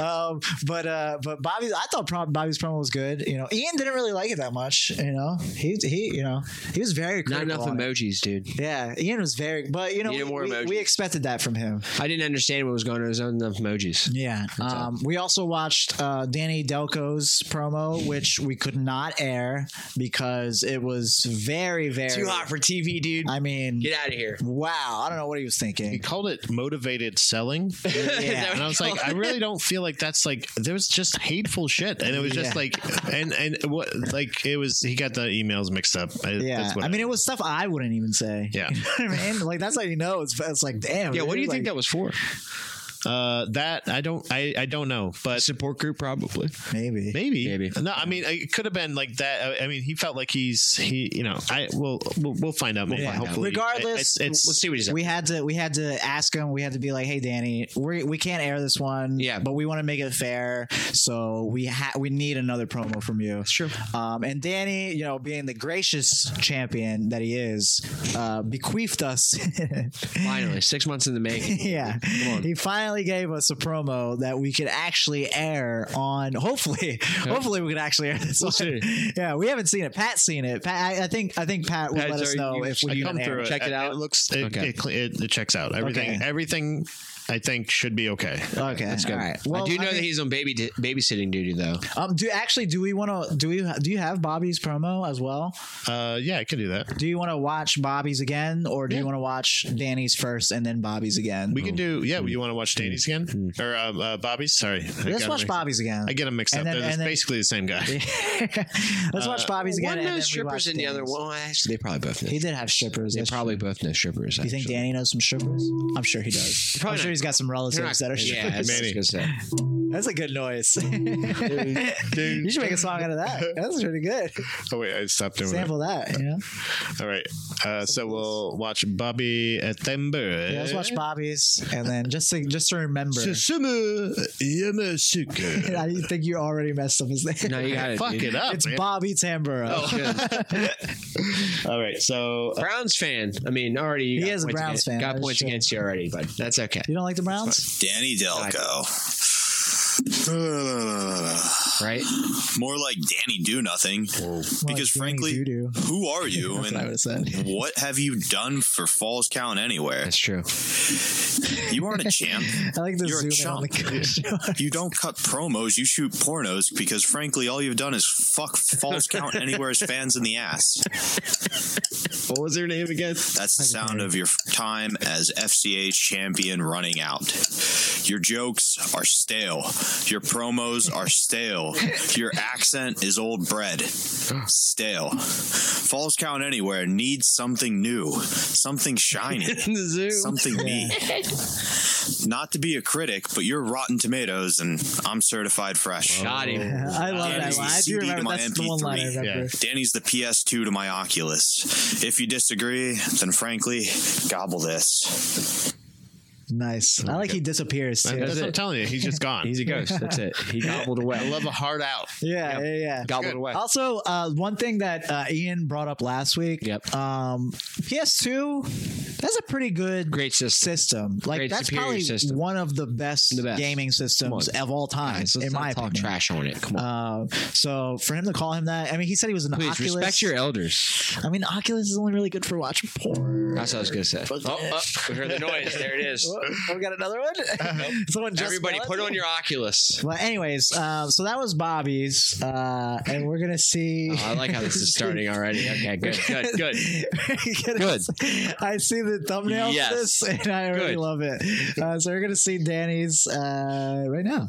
um but uh but bobby i thought pro- bobby's promo was good you know ian didn't really like it that much you know he he you know he was very Not critical enough on it. emojis, dude. yeah ian was very but you know Needed more we- we- emojis. we expected that from him I didn't understand what was going on. There was not enough emojis. yeah. Um, we also watched uh, Danny Delco's promo, which we could not air because it was very, very Too hot for TV, dude. I mean, Get out of here. wow. I don't know what he was thinking. He called it motivated selling. Yeah. And I was like, I really don't feel like that's like there was just hateful shit, and it was just Yeah. like, and and what like it was. He got the emails mixed up. I, Yeah, that's what I mean, it was stuff I wouldn't even say. Yeah. you know what I mean, like that's how you know it's, it's like damn. Yeah, what do you think that was for? uh, that I don't I I don't know, but support group, probably. that? Maybe. Maybe. Maybe. No, I mean, it could have been like that. I- I mean, he felt like he's he. You know, I will. We'll, we'll find out. Maybe. find out. Hopefully, Regardless, It- it's, Let's it's see what he's up. We had to we had to ask him. We had to be like, "Hey, Danny, we we can't air this one. Yeah. but we want to make it fair, so we ha- we need another promo from you. Sure. Um, and Danny, you know, being the gracious champion that he is, uh, bequeathed us. Finally, six months in the making. yeah, Come on. he finally gave us a promo that we could actually air on. Hopefully, hopefully we could actually air this. We'll one. see. Yeah, we haven't seen it. Pat's seen it. Pat, I, I think I think Pat will Pat's let us already- know if we I can come air through. it. Check it out. It looks. It, Okay. it, cle- it, it checks out. Everything. Okay. Everything. I think should be okay. Okay, That's good. All right. I do know mean- that he's on baby babysitting duty though. Um, do actually do we want to do we do you have Bobby's promo as well? Uh, yeah, I can do that. Do you want to watch Bobby's again, or do you Yeah. want to watch Danny's first and then Bobby's again? We can do. Yeah, you want to watch Danny's again or uh, uh, Bobby's? Sorry, I Let's got watch mixed- Bobby's again. I get them mixed And up. then- They're and then- basically the same guy. Let's watch Bobby's again. Uh, One and then knows we watch strippers and the other Danny's. one. well, actually, they probably both. Know. He did have strippers. They that's probably true. both know strippers. You think Danny knows some strippers? I'm sure he does. Probably I'm sure not. he's got some relatives that are yeah, strippers. that's what I was gonna say. That's a good noise. you should make a song out of that. That's pretty good. Oh wait, I stopped doing Sample that. You know. it. All right. Uh, so we'll watch Bobby at Timber. Yeah, let's watch Bobby's and then just to, just to remember. Susumu Yamasuka. I think you already messed up his name. No, you Oh. got it. Fuck dude. it up. It's Oh, man. Bobby Tamburo. All right. So uh, Browns fan. I mean, already you He got is a points Browns against, fan, Got that's points true. against you already, but that's okay, You don't like the Browns? Danny Delco. right? More like Danny Do Nothing. More Because like Danny frankly, Doo-Doo. who are you? That's what I would have said. and what have you done for Falls Count anywhere? That's true. You aren't a champ. I like the You're a zoom in on the couch. You don't cut promos. You shoot pornos because, frankly, all you've done is fuck Falls Count anywhere's fans in the ass. What was her name again? That's the sound of your time as FCA champion running out. Your jokes are stale. Your promos are stale. Your accent is old bread. Stale. Falls Count Anywhere needs something new, something shiny, In the zoo. something me. Not to be a critic, but you're Rotten Tomatoes, and I'm certified fresh. Got him. I love that Danny's line. the I do CD to remember my that's the one MP3. line I remember. Danny's the PS2 to my Oculus. If you disagree, then frankly, gobble this. Nice. I like he disappears too. that's it. what I'm telling you. He's just gone. He's a ghost. That's it. He gobbled away. I love a hard out. Yeah, yeah, yeah. gobbled away. Also, uh, one thing that uh, Ian brought up last week. Yep. Um, PS2. That's a pretty good Great system. system. Like Great that's superior probably system. one of the best, The best. gaming systems on. of all time, Guys, let's in not my talk opinion. trash on it. Come on. Uh, so for him to call him that, I mean, he said he was an Please Oculus. respect your elders. I mean, Oculus is only really good for watching porn. That's what I was gonna say. Oh, oh, we heard the noise. There it is. Oh, we got another one. Someone just Everybody, smelled put on your Oculus. Well, anyways, uh, so that was Bobby's, uh, and we're gonna see. Oh, I like how this is starting already. Okay, good, good, good. We're gonna Good. see- I see the thumbnail Yes. for this, and I already Good. love it. Uh, so we're gonna see Danny's uh, right now.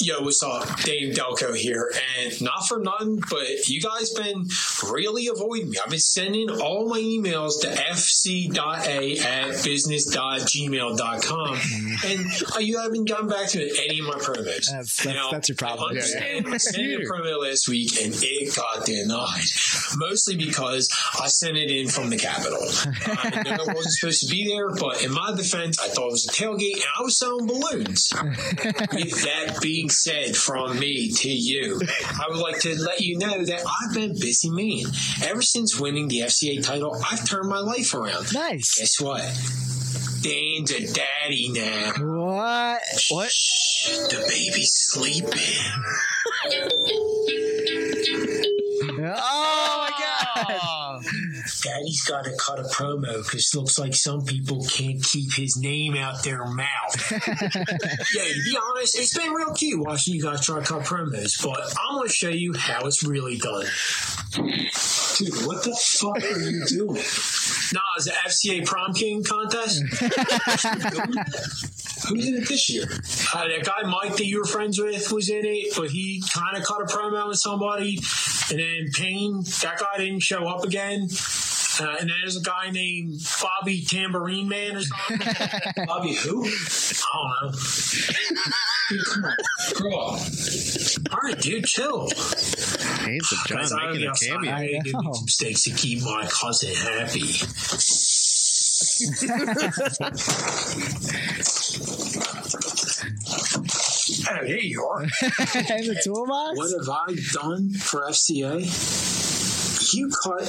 Yo, what's up? Dave Delco here. And not for nothing, but you guys been really avoiding me. I've been sending all my emails to fc.a at business.gmail.com. And uh, you haven't gotten back to any of my Mm-hmm. promos. That's- that's- that's your problem. I understand I sent in a promo last week and it got denied. Mostly because I sent it in from the Capitol. Uh, I know it wasn't supposed to be there, but in my defense, I thought it was a tailgate and I was selling balloons. With that being said, from me to you, I would like to let you know that I've been a busy man. Ever since winning the FCA title, I've turned my life around. Nice. Guess what? Dan's a daddy now. What? What? Shh, the baby's sleeping. Oh my god! Ah! Daddy's got to cut a promo because looks like some people can't keep his name out their mouth. yeah, to be honest, it's been real cute watching you guys try to cut promos, but I want to show you how it's really done. dude, what the fuck are you doing? Nah, it's an FCA prom king contest. Who did it this year? Uh, that guy Mike that you were friends with was in it, but he kind of cut a promo with somebody. And then Payne, that guy didn't show up again. Uh, and then there's a guy named Bobby Tambourine Man or something. Bobby who? I don't know. Dude, come on, grow up. All right, dude, chill. Handsome John Guys, I gotta making a be outside. cameo. I gotta I know. do some steaks to keep my cousin happy. hey, here you are. in the toolbox. What have I done for FCA? You cut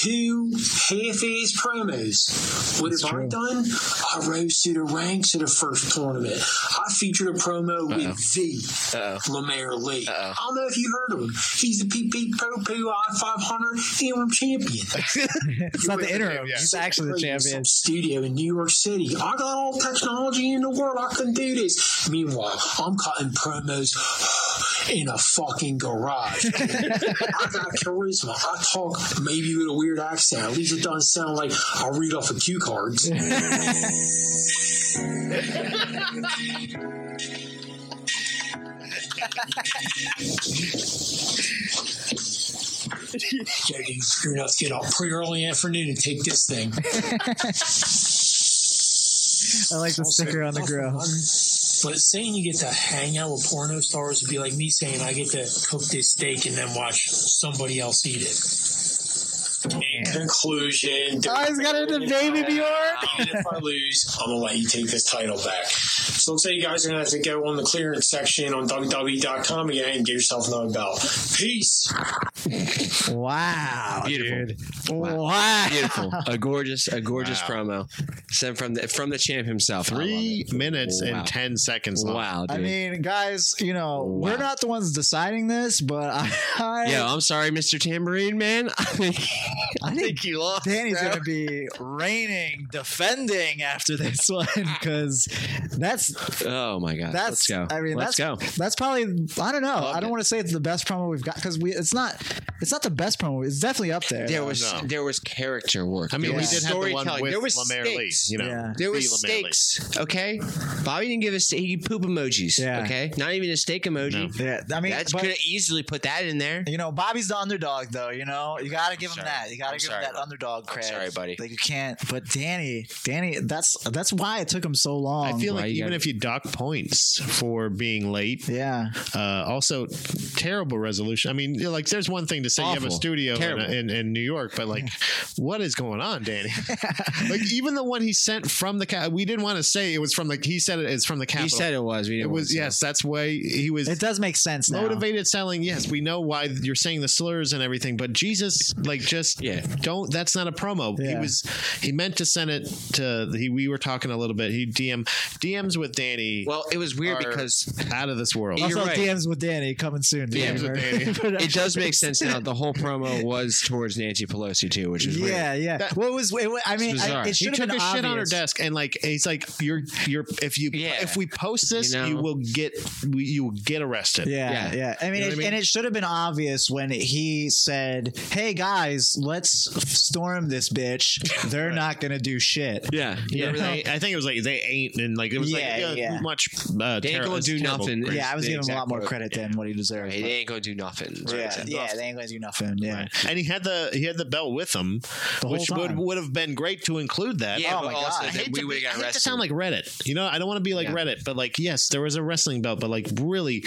two half-ass promos. What have I done? I rose to the ranks of the first tournament. I featured a promo with the Lemaire Lee. I don't know if you heard of him. He's the PP Pro Poo I-500 interim champion. It's not the interim. He's actually the Some champion. Studio in New York City. I got all the technology in the world. I can do this. Meanwhile, I'm cutting promos in a fucking garage. I got charisma. I talk maybe with a weird accent. At least it doesn't sound like I read off of cue cards. JD, you screwed up. Get up pretty early afternoon and take this thing. I like the sticker on the grill. But saying you get to hang out with porno stars would be like me saying I get to cook this steak and then watch somebody else eat it. In conclusion, Oh, he's got into Baby Bjorn. and if I lose, I'm gonna let you take this title back. So let's say you guys are gonna have to go on the clearance section on WWE.com again and give yourself another belt. Peace. Wow. Beautiful. Wow. Beautiful. A gorgeous, a gorgeous promo sent from the from the champ himself. I love Three it. minutes Wow. and ten seconds long. Wow, dude. I mean, guys, you know, Wow. we're not the ones deciding this, but I, I, Yo, I'm sorry, Mr. Tambourine Man. I think, I think you lost. Danny's bro. going to be reigning, defending after this one because that's Oh my god. that's. Let's go. I mean, Let's that's go. that's probably I don't know. Loved I don't it. want to say it's the best promo we've got because we it's not it's not the best promo. It's definitely up there. There was No. there was character work. I mean, There we was did have the one storytelling. with there was Lemaire Lee. stakes. You know, Yeah. There the was Lemaire Lee. stakes. Okay, Bobby didn't give us. He poop emojis. Yeah. Okay, not even a steak emoji. yeah, I mean, That's but- could have easily put that in there. You know, Bobby's the underdog, though. You know, you got to give him sorry. that. You got to I'm give sorry, him that bud. underdog credit. sorry, buddy. Like you can't. But Danny, Danny, that's that's why it took him so long. I feel Why like you even gotta- if you dock points for being late, yeah, uh, also terrible resolution. I mean, you know, like there's one thing to say you have a Awful. studio in, uh, Terrible. in, in New York, but like, what is going on, Danny? like even the one he sent from the ca- we didn't want to say it was from the he said it is from the He capital. said it was. We it didn't want was to. yes, that's why he was. it does make sense. now. Motivated selling, yes, we know why you're saying the slurs and everything, but Jesus, like, just Yeah. don't. That's not a promo. He Yeah. was, he meant to send it to. He, we were talking a little bit. He DM DMs with Danny. Well, it was weird are because out of this world. You're Also, right. DMs with Danny coming soon. DMs dude. uh, with Danny. it does make sense now. The whole promo was towards Nancy Pelosi too, which is weird. Yeah, yeah. That- what was? It, wa- I mean, I- bizarre. it She should have took been a obvious. shit on her desk and like he's like you're you're if you Yeah. if we post this you, You know? will get we, you will get arrested. Yeah, yeah. Yeah. I, mean, You know what it, I mean? and it should have been obvious when he said, "Hey guys, let's storm this bitch. They're not gonna do shit." Yeah, Yeah, they- I think it was like they ain't and like it was Yeah, like uh, yeah. much. Uh, They ain't terri- gonna do terrible nothing. grades. Yeah, I was the giving him a lot exact more quote. credit than what he deserved. They ain't gonna do nothing. is what I'm Yeah, saying. yeah, they ain't gonna do nothing. Yeah. And he had the he had the belt with him, The whole which would time. would have been great to include that. Yeah, Oh but my God. also I that hate we to would be- have I got hate to arrested. sound like Reddit. You know, I don't want to be like Yeah. Reddit, but like, yes, there was a wrestling belt, but like, really,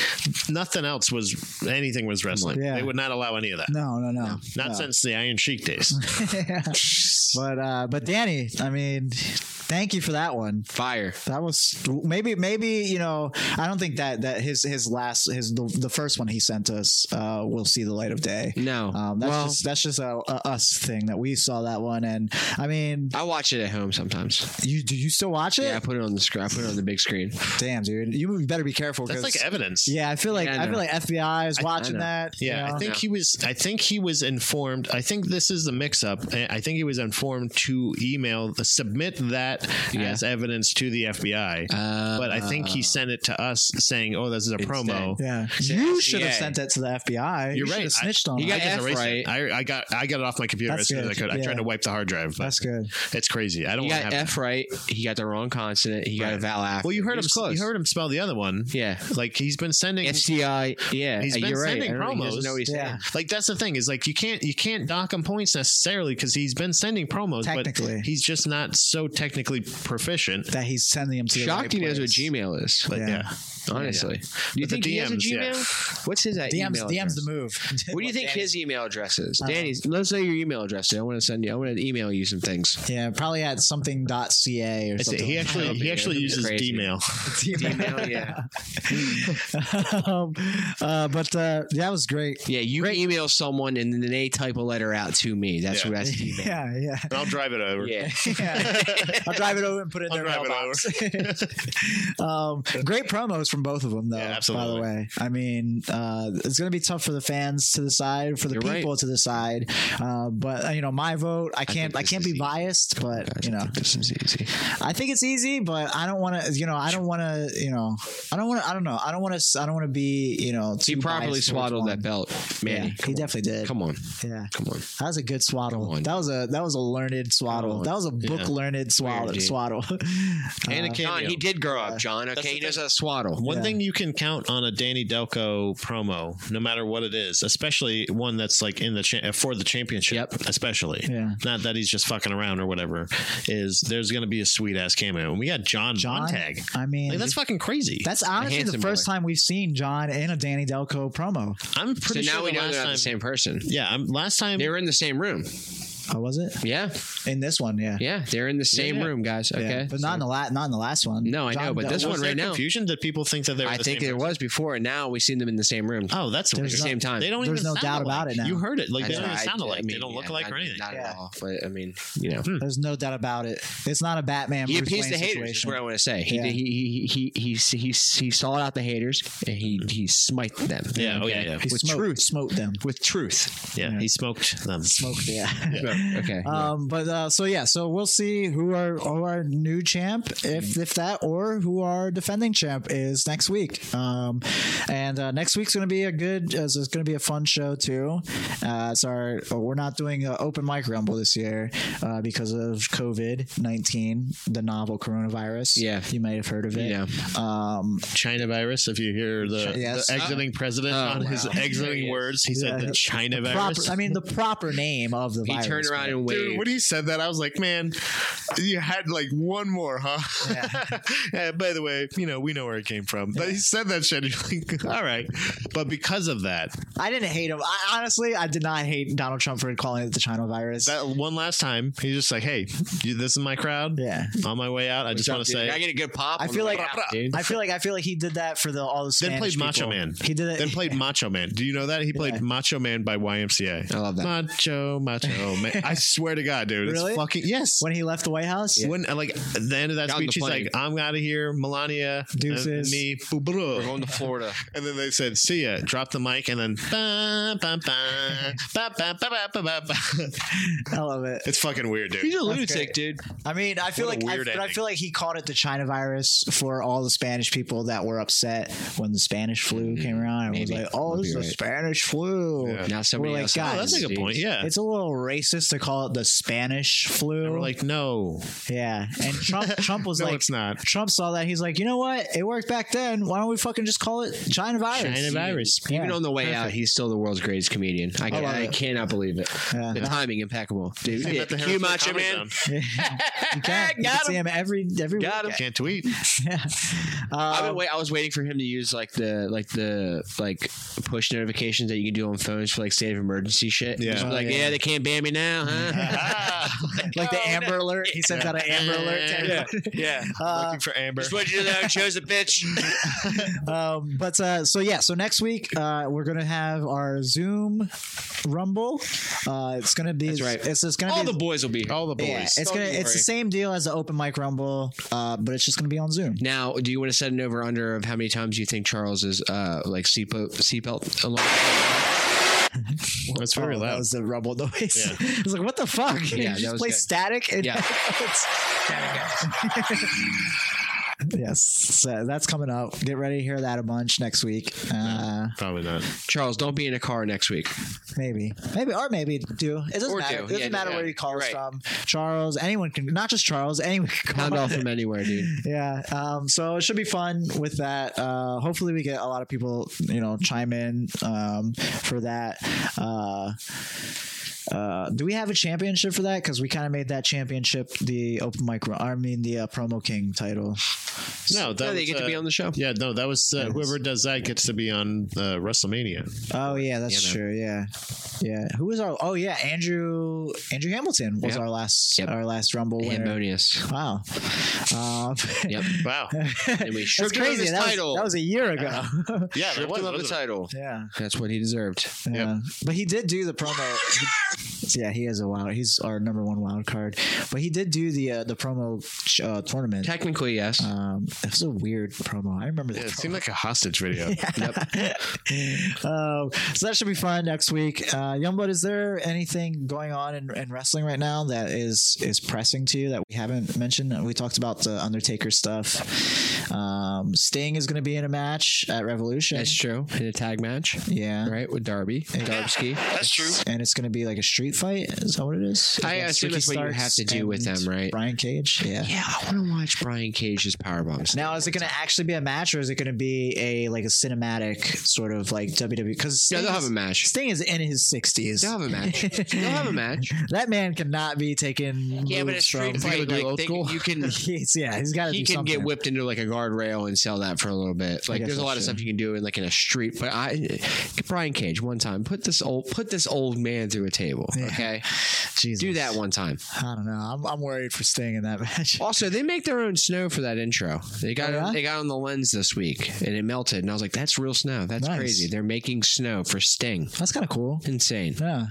nothing else was anything was wrestling. Yeah. They would not allow any of that. No, no, no. Not no. since the Iron Sheik days. but uh but Danny, I mean, thank you for that one. fire. That was maybe maybe you know I don't think that that his his last his the, the first one he sent us uh will see the light of day. No. Um, that's Well- just that's just a, a us thing that we saw that one and I mean I watch it at home sometimes. you do you still watch it? Yeah, I put it on the screen. I put it on the big screen. Damn, dude, you better be careful. That's 'cause- like evidence. yeah, I feel like Yeah, I, I feel know. like FBI is watching know. that. you Yeah, know? I think he was. I think he was eh, informed. I think this is the mix-up. I I think he was informed to email submit that that as evidence to the FBI. Uh, but I think he sent it to us saying, "Oh, this is a promo." Yeah, you should have SCA. sent that to the FBI. you You're should right. Have snitched on you them. got I just F erased right. it. I, I got I got it off my computer That's as soon as I good. could. I Yeah. tried to wipe the hard drive. But That's good. It's crazy. I don't He want to got have. F right. He got the wrong consonant. He got a Right. vowel after. well, you He heard him. was s- You heard him spell the other one. Yeah. Like he's been sending. FCI. Yeah. He's uh, been you're right. sending I don't- he doesn't promos. know what he's Yeah. saying. like that's the thing is like you can't you can't dock him points necessarily because he's been sending promos, Technically. but he's just not so technically proficient. That he's sending them to the right Shocked he knows what place. Gmail is. But Yeah. yeah. honestly, do you But the think he has a DMs, yeah. Gmail? What's his uh, DM's, email DM's address? the move. What do you think his email address is? Uh-huh. Danny's. Let us know your email address. dude. I want to send you. I want to email you some things. Yeah, probably at something dot .ca or It's- something. he like actually he Yeah. actually It's uses crazy. Gmail. Email, yeah. that. um, uh, but uh, that was great. Yeah, you email someone and then they type a letter out to me. That's Yeah. what that's email. Yeah. Yeah, yeah. I'll drive it over. yeah. I'll drive it over and put it in I'll their drive it mailbox. um, great promos from both of them, though. Yeah, By absolutely. the way, I mean, uh, it's going to be tough for the fans to decide, for the You're right. people to decide. Uh, but uh, you know, my vote, I can't, I, this can't is be easy. biased, but you know, This is easy. I think it's easy, but I don't want to. You know, I don't want to. You know, I don't want to. I don't know. I don't want to. I don't want to be. You know, too He properly biased towards swaddled one. that belt, Yeah, man. he definitely did. Come on, Yeah, come on. Uh, that was a good Come swaddle. on. That was a that was a learned swaddle. on. That was a book Yeah. learned swaddle. dude. Swaddle. Uh, And a John, cameo. he did grow up, John. Okay, he knows how to swaddle. One Yeah. thing you can count on a Danny Delco promo, no matter what it is, especially one that's like in the cha- uh, for the championship, Yep. especially. Yeah. Not that he's just fucking around or whatever. Is there's going to be a sweet ass cameo, and we got John, John, Montag. I mean, Like, that's fucking crazy. that's honestly the handsome first boy. time we've seen John in a Danny Delco promo. I'm So pretty now sure we the know last they're not time. the same person. Yeah, I'm, last time They were in the same room. Oh, was it Yeah, in this one? Yeah, yeah, they're in the same yeah. room, guys. Yeah. Okay, but not in the la- not in the last one. No, I know, but this Del- one was there right now. Confusion? Did people think that they were? I the think same there was before, and now we've seen them in the same room. Oh, that's There's at weird. the same time. They don't There's even no sound doubt alike. about it now. You heard it. Like they That's don't even why I- sound I alike. they mean, don't look yeah, alike I- or anything. Not Yeah. at all. But I mean, you know. There's no doubt about it. It's not a Batman. He Bruce appeased Wayne the haters. Is situation. what I want to say. He Yeah. did- he he he he he he he sought out the haters and he he smite them. Yeah, oh, yeah, yeah. He With smoked, truth, smoked them. with truth. yeah, he smoked them. Smoked, yeah. Okay. Um, but uh, so yeah, so we'll see who our who our new champ, if Mm-hmm. if that, or who our defending champ is next week. Um, and uh, next week's gonna be a good, uh, it's gonna be a fun show too. Uh, it's our we're not doing an open mic rumble this year uh, because of COVID nineteen, the novel coronavirus. Yeah. you might have heard of it. Yeah. Um, China virus. If you hear the, Yes. the exiting president on his Oh, wow. exiting words, he said Yeah. the China proper, virus. I mean the proper name of the he virus. turned around and Dude, waved. when he said that, I was like, man, you had like one more, huh? Yeah. by the way, you know, we know where it came from. But he said that shit. and You're like, all right. but because of that, I didn't hate him. I, honestly, I did not hate Donald Trump for calling it the China virus. that one last time, he's just like, "Hey, you, this is my crowd. yeah. On my way out, I just want to I say." get a good pop. I on feel the like- way out, dude. I feel like I feel like he did that for the all the Then Spanish played Macho people. Man. He did it. Then played Macho Man. Do you know that he played Yeah. Macho Man by YMCA? I love that. Macho Macho Man. I swear to God, dude, Really? it's fucking yes. when he left the White House. When like at the end of that Got on speech, the he's plane. like, "I'm out of here, Melania, and Deuces. me, boo, boo, boo." Going to Florida. and then they said, "See ya." Drop the mic, and then ba, ba, ba, ba, ba, ba, ba, ba, ba, ba. I love it. it's fucking weird, dude. He's a great. lunatic, dude. I mean, I feel What like a I, weird but I ending. feel like he called it the China virus for all the Spanish people that were upset when the Spanish flu Mm, came around. And was Maybe. like, "Oh, Might this is be the right. Spanish flu." Yeah. Now somebody like, else. "Guys, Oh, that's a good point. Yeah, It's a little racist to call it the Spanish flu. we're like, no, yeah, and Trump Trump was no, like, it's not. Trump saw that he's like, you know what? It worked back then. Why don't we fucking just call it China virus? China virus. Yeah. Even on the way out, he's still the world's greatest comedian. I, love I it. Uh-huh. cannot believe it. Yeah. The timing impeccable, dude. Hey, Yeah. let the Cue Harrisburg Macho Comedy Man. Zone. You can, you can see him every every Got week. him. Can't tweet. Yeah. I've been Um, wait. I was waiting for him to use like the like the like push notifications that you can do on phones for like state of emergency shit. Yeah. Just be like Oh, yeah. yeah. they can't ban me now, huh? like Oh, the Amber Alert. He sent out an Amber Alert. To Yeah. everybody. yeah. Uh, Looking for Amber. Just what you do now, chose a bitch. um, but uh, so yeah, so next week uh, we're gonna have our Zoom Rumble. Uh, it's gonna be That's right. It's, it's gonna All be the boys will be here. All the boys. yeah, it's Don't gonna you it's the worry. same deal as the open mic Rumble, uh, but it's just gonna be on Zoom. Now, do you want to set an over under of how many times you think Charles is uh like seatbelt seatbelt alarm? That's very Oh, That loud. was the rumble noise. Yeah. I was like, what the fuck? You Yeah, that just was play good. static. And Yeah. yes. So that's coming up. Get ready to hear that a bunch next week. Uh, Probably not. Charles, don't be in a car next week. Maybe, maybe, or maybe do. It doesn't Or matter. do. It doesn't Yeah, matter yeah. where you call us Right. from. Charles, anyone can. Not just Charles. Anyone can call. Hound off from anywhere, dude. Yeah. Um, so it should be fun with that. Uh, hopefully, we get a lot of people, you know, chime in um, for that. Uh, uh, do we have a championship for that? Because we kind of made that championship the open mic. I mean, the uh, promo king title. No, that No, they was, get to uh, be on the show. Yeah, no, that was uh, whoever does that gets to be on uh, WrestleMania. Oh yeah, that's You know. true. Yeah, yeah. Who was our? Oh yeah, Andrew Andrew Hamilton was Yep. our last Yep. our last Rumble winner. Harmonious. Wow. Um, Yep. Wow. And we that's stripped him of crazy. his That was, title. Uh-huh. that was a year ago. Yeah, that stripped was, him of the wasn't it? title. yeah. That's what he deserved. Yeah. Um, But he did do the promo. yeah, he is a wild. He's our number one wild card. But he did do the uh, the promo uh, tournament. Technically, yes. Uh, Um, it was a weird promo. I remember that. Yeah, it seemed like a hostage video. um, so that should be fun next week. Uh, Youngblood, is there anything going on in, in wrestling right now that is is pressing to you that we haven't mentioned? We talked about the Undertaker stuff. Um, Sting is going to be in a match at Revolution. That's true. In a tag match, yeah, right, with Darby, Darbsky. That's true. and it's going to be like a street fight. Is that what it is? I Against assume Ricky that's what you Starks have to do with and them, right? Brian Cage. Yeah. Yeah, I want to watch Brian Cage's power bombs. Now, is it going to actually be a match, or is it going to be a like a cinematic sort of like E? WWE? Because Yeah, they'll have a match. Sting is in his sixties. They'll have a match. They'll have a match. That man cannot be taken. Yeah, but moves a street from- fight, do like, old they- school? you can He's- yeah, he's got to. he do can something. get whipped into like a guardrail and sell that for a little bit. Like guess there's a lot that's of true. stuff you can do in like in a street. But I, Brian Cage, one time put this old put this old man through a table. Okay, Jesus. do that one time. I don't know. I'm, I'm worried for Sting in that match. Also, they make their own snow for that intro. They got Oh, yeah? they got on the lens this week and it melted. And I was like, that's real snow. That's Nice. crazy. They're making snow for Sting. That's kind of cool. Insane. Yeah,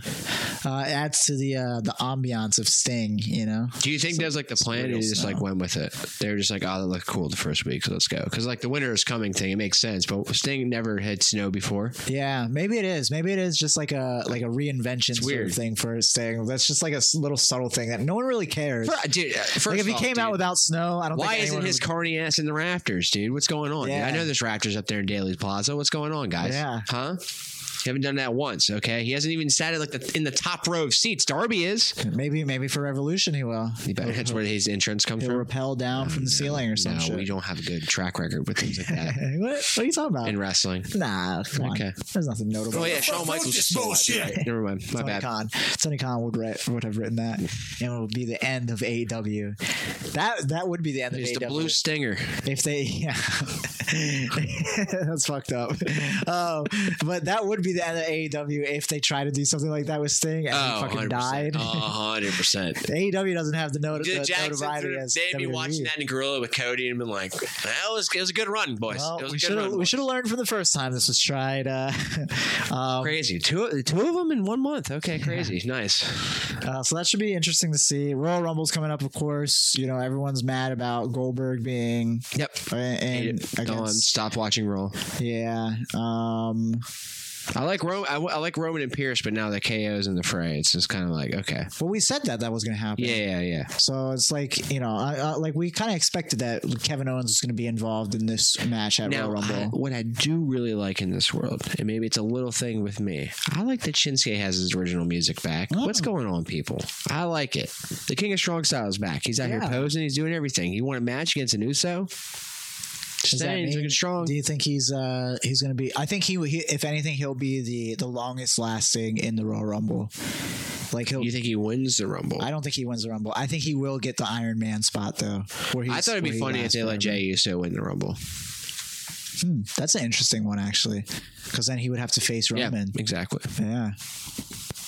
uh, it adds to the uh, the ambiance of Sting. You know. Do you think that was like the plan? And real they just like snow. went with it. They were just like, oh, that looked cool the first week, so let's go. Because like the winter is coming thing, it makes sense. But Sting never had snow before. Yeah, maybe it is. Maybe it is just like a like a reinvention sort weird. of thing for Sting. That's just like a s- little subtle thing that no one really cares. For- dude, uh, first like if he off, came out dude, without snow, I don't. why think isn't anyone his would- corny ass in the rafters, dude? What's going on? dude? Yeah. I know there's rafters up there in Daly's Plaza. What's going on, guys? Yeah. Huh? You haven't done that once, okay? He hasn't even sat at like the, in the top row of seats. Darby is. maybe maybe for Revolution he will. You bet That's where his entrance comes He'll from. rappel down from the ceiling or some No, shit. we don't have a good track record with things like that what? What are you talking about? in wrestling. nah, come on. Okay. There's nothing notable. Oh yeah, Shawn Michaels is still alive. You're right. Never mind. My Tony bad. Khan. Tony Khan would write, would have written that, and it would be the end of AEW. That that would be the end He's of the AEW. blue stinger. if they yeah that's fucked up um, but that would be the end of AEW if they try to do something like that with Sting and he fucking 100%. died Oh, 100%. AEW doesn't have the, not- Dude, the notoriety threw- as E. they'd be WWE. watching that in Gorilla with Cody and been like, "That was it was a good run, boys. Well, it was we a should good run." have we boys." should have learned from the first time this was tried. Uh, um, Crazy, two two of them in one month. Okay, crazy, nice. Uh, so that should be interesting to see. Royal Rumble's coming up, of course. You know, everyone's mad about Goldberg being Yep. and, and Don, against, stop watching roll. yeah. Um, I like Rome. I, I like Roman and Pierce, but now the KO's in the fray. It's just kind of like okay, well, we said that that was going to happen. yeah, yeah, yeah. So it's like you know, I, I, like we kind of expected that Kevin Owens was going to be involved in this match at Now, Royal I- Rumble. what I do really like in this world, and maybe it's a little thing with me, I like that Shinsuke has his original music back. Oh. What's going on, people? I like it. The King of Strong Style is back. He's out here Yeah. posing. He's doing everything. You want a match against an Uso? Does that Staying, he's mean- looking strong. Do you think he's uh he's going to be? I think he, he, if anything, he'll be the the longest lasting in the Royal Rumble. Like he'll. You think he wins the Rumble? I I, don't think he wins the Rumble. I think he will get the Iron Man spot though. Where he's, thought it'd where be he funny if lasts they let forever. Jey Uso win the Rumble. Hmm, that's an interesting one actually, because then he would have to face Yeah, Roman. exactly. Yeah.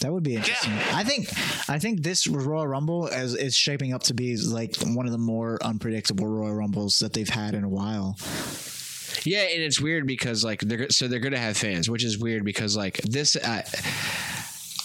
That would be interesting. I think I think this Royal Rumble is, is shaping up to be like one of the more unpredictable Royal Rumbles that they've had in a while. Yeah, and it's weird because like they're so they're gonna have fans, which is weird because like this. I, uh,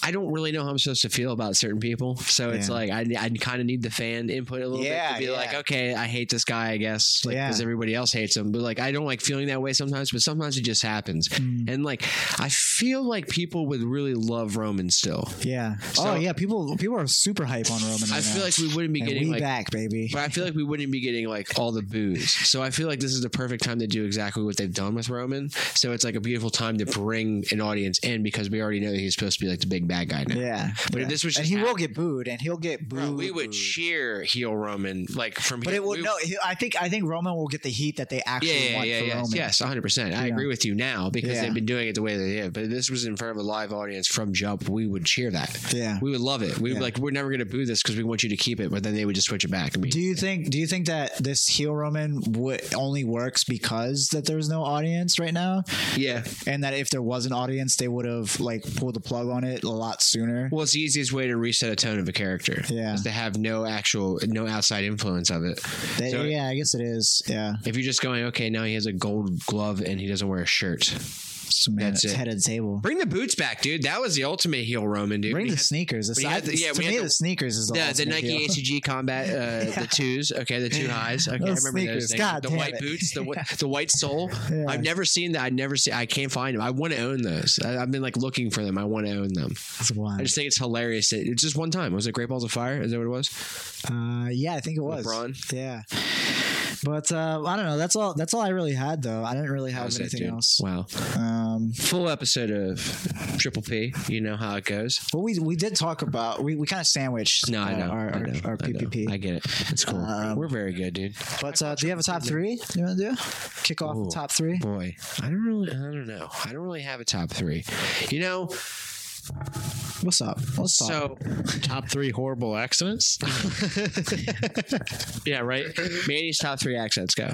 I don't really know how I'm supposed to feel about certain people. So it's Yeah. like I, I kind of need the fan input a little Yeah, bit to be yeah. like, okay, I hate this guy, I guess, like Yeah. because everybody else hates him. But like I don't like feeling that way sometimes. But sometimes it just happens. Mm. And like I feel like people would really love Roman still. Yeah. So- oh yeah. People people are super hype on Roman. I right feel now. like we wouldn't be And getting we like back, baby. But I feel like we wouldn't be getting like all the booze. So I feel like this is the perfect time to do exactly what they've done with Roman. So it's like a beautiful time to bring an audience in because we already know he's supposed to be like the big bad guy now. Yeah. But if yeah. this was and just he will hap- get booed, and he'll get booed. Bro, we would booed. cheer heel Roman like from But here. it will we- no. he- I think I think Roman will get the heat that they actually Yeah, yeah, want yeah, for yeah. Roman. yes, 100. percent I Yeah. agree with you now because Yeah. they've been doing it the way they did. But if this was in front of a live audience from jump, we would cheer that. Yeah. We would love it. We would Yeah. like we're never going to boo this because we want you to keep it. But then they would just switch it back. I mean, Do you think? Do you think that this heel Roman would only works because that there's no audience right now, yeah. and that if there was an audience, they would have like pulled the plug on it a lot sooner? Well, it's the easiest way to reset a tone of a character. Yeah. Is to have no actual, no outside influence of it. That- so- yeah, I guess it is. Yeah, If you're just going, okay, now he has a gold glove and he doesn't wear a shirt. It's a man, That's it's it. head of the table. Bring the boots back, dude. That was the ultimate heel Roman, dude. Bring We the had sneakers. we had Aside, the- yeah, to we had me, the- the, sneakers is the, the, the ultimate heel. Nike HCG combat, uh, the twos, okay, the two highs. Okay, I Those remember sneakers, those things. God the damn white it. boots, the, whi- the white sole. Yeah. I've never seen that. I never see. I can't find them. I want to own those. I, I've been like looking for them. I want to own them. That's I one. just think it's hilarious. That it's just one time. Was it Great Balls of Fire? Is that what it was? Uh, yeah, I think it was. LeBron? Yeah, but uh, I don't know. That's all. That's all I really had though. I didn't really That have was it, anything dude. else. Wow. Um, full episode of Triple P. You know how it goes. well, we we did talk about we, we kind of sandwiched No, uh, I know. our, I our, know, our I know. PPP. I, get it. It's cool. Um, We're very good, dude. But uh, do you have a top three you want to do? Kick off Ooh. the top three? Boy, I don't really. I don't know. I don't really have a top three. You know. What's up? What's up? So Top three horrible accidents. yeah, right. Manny's top three accents go.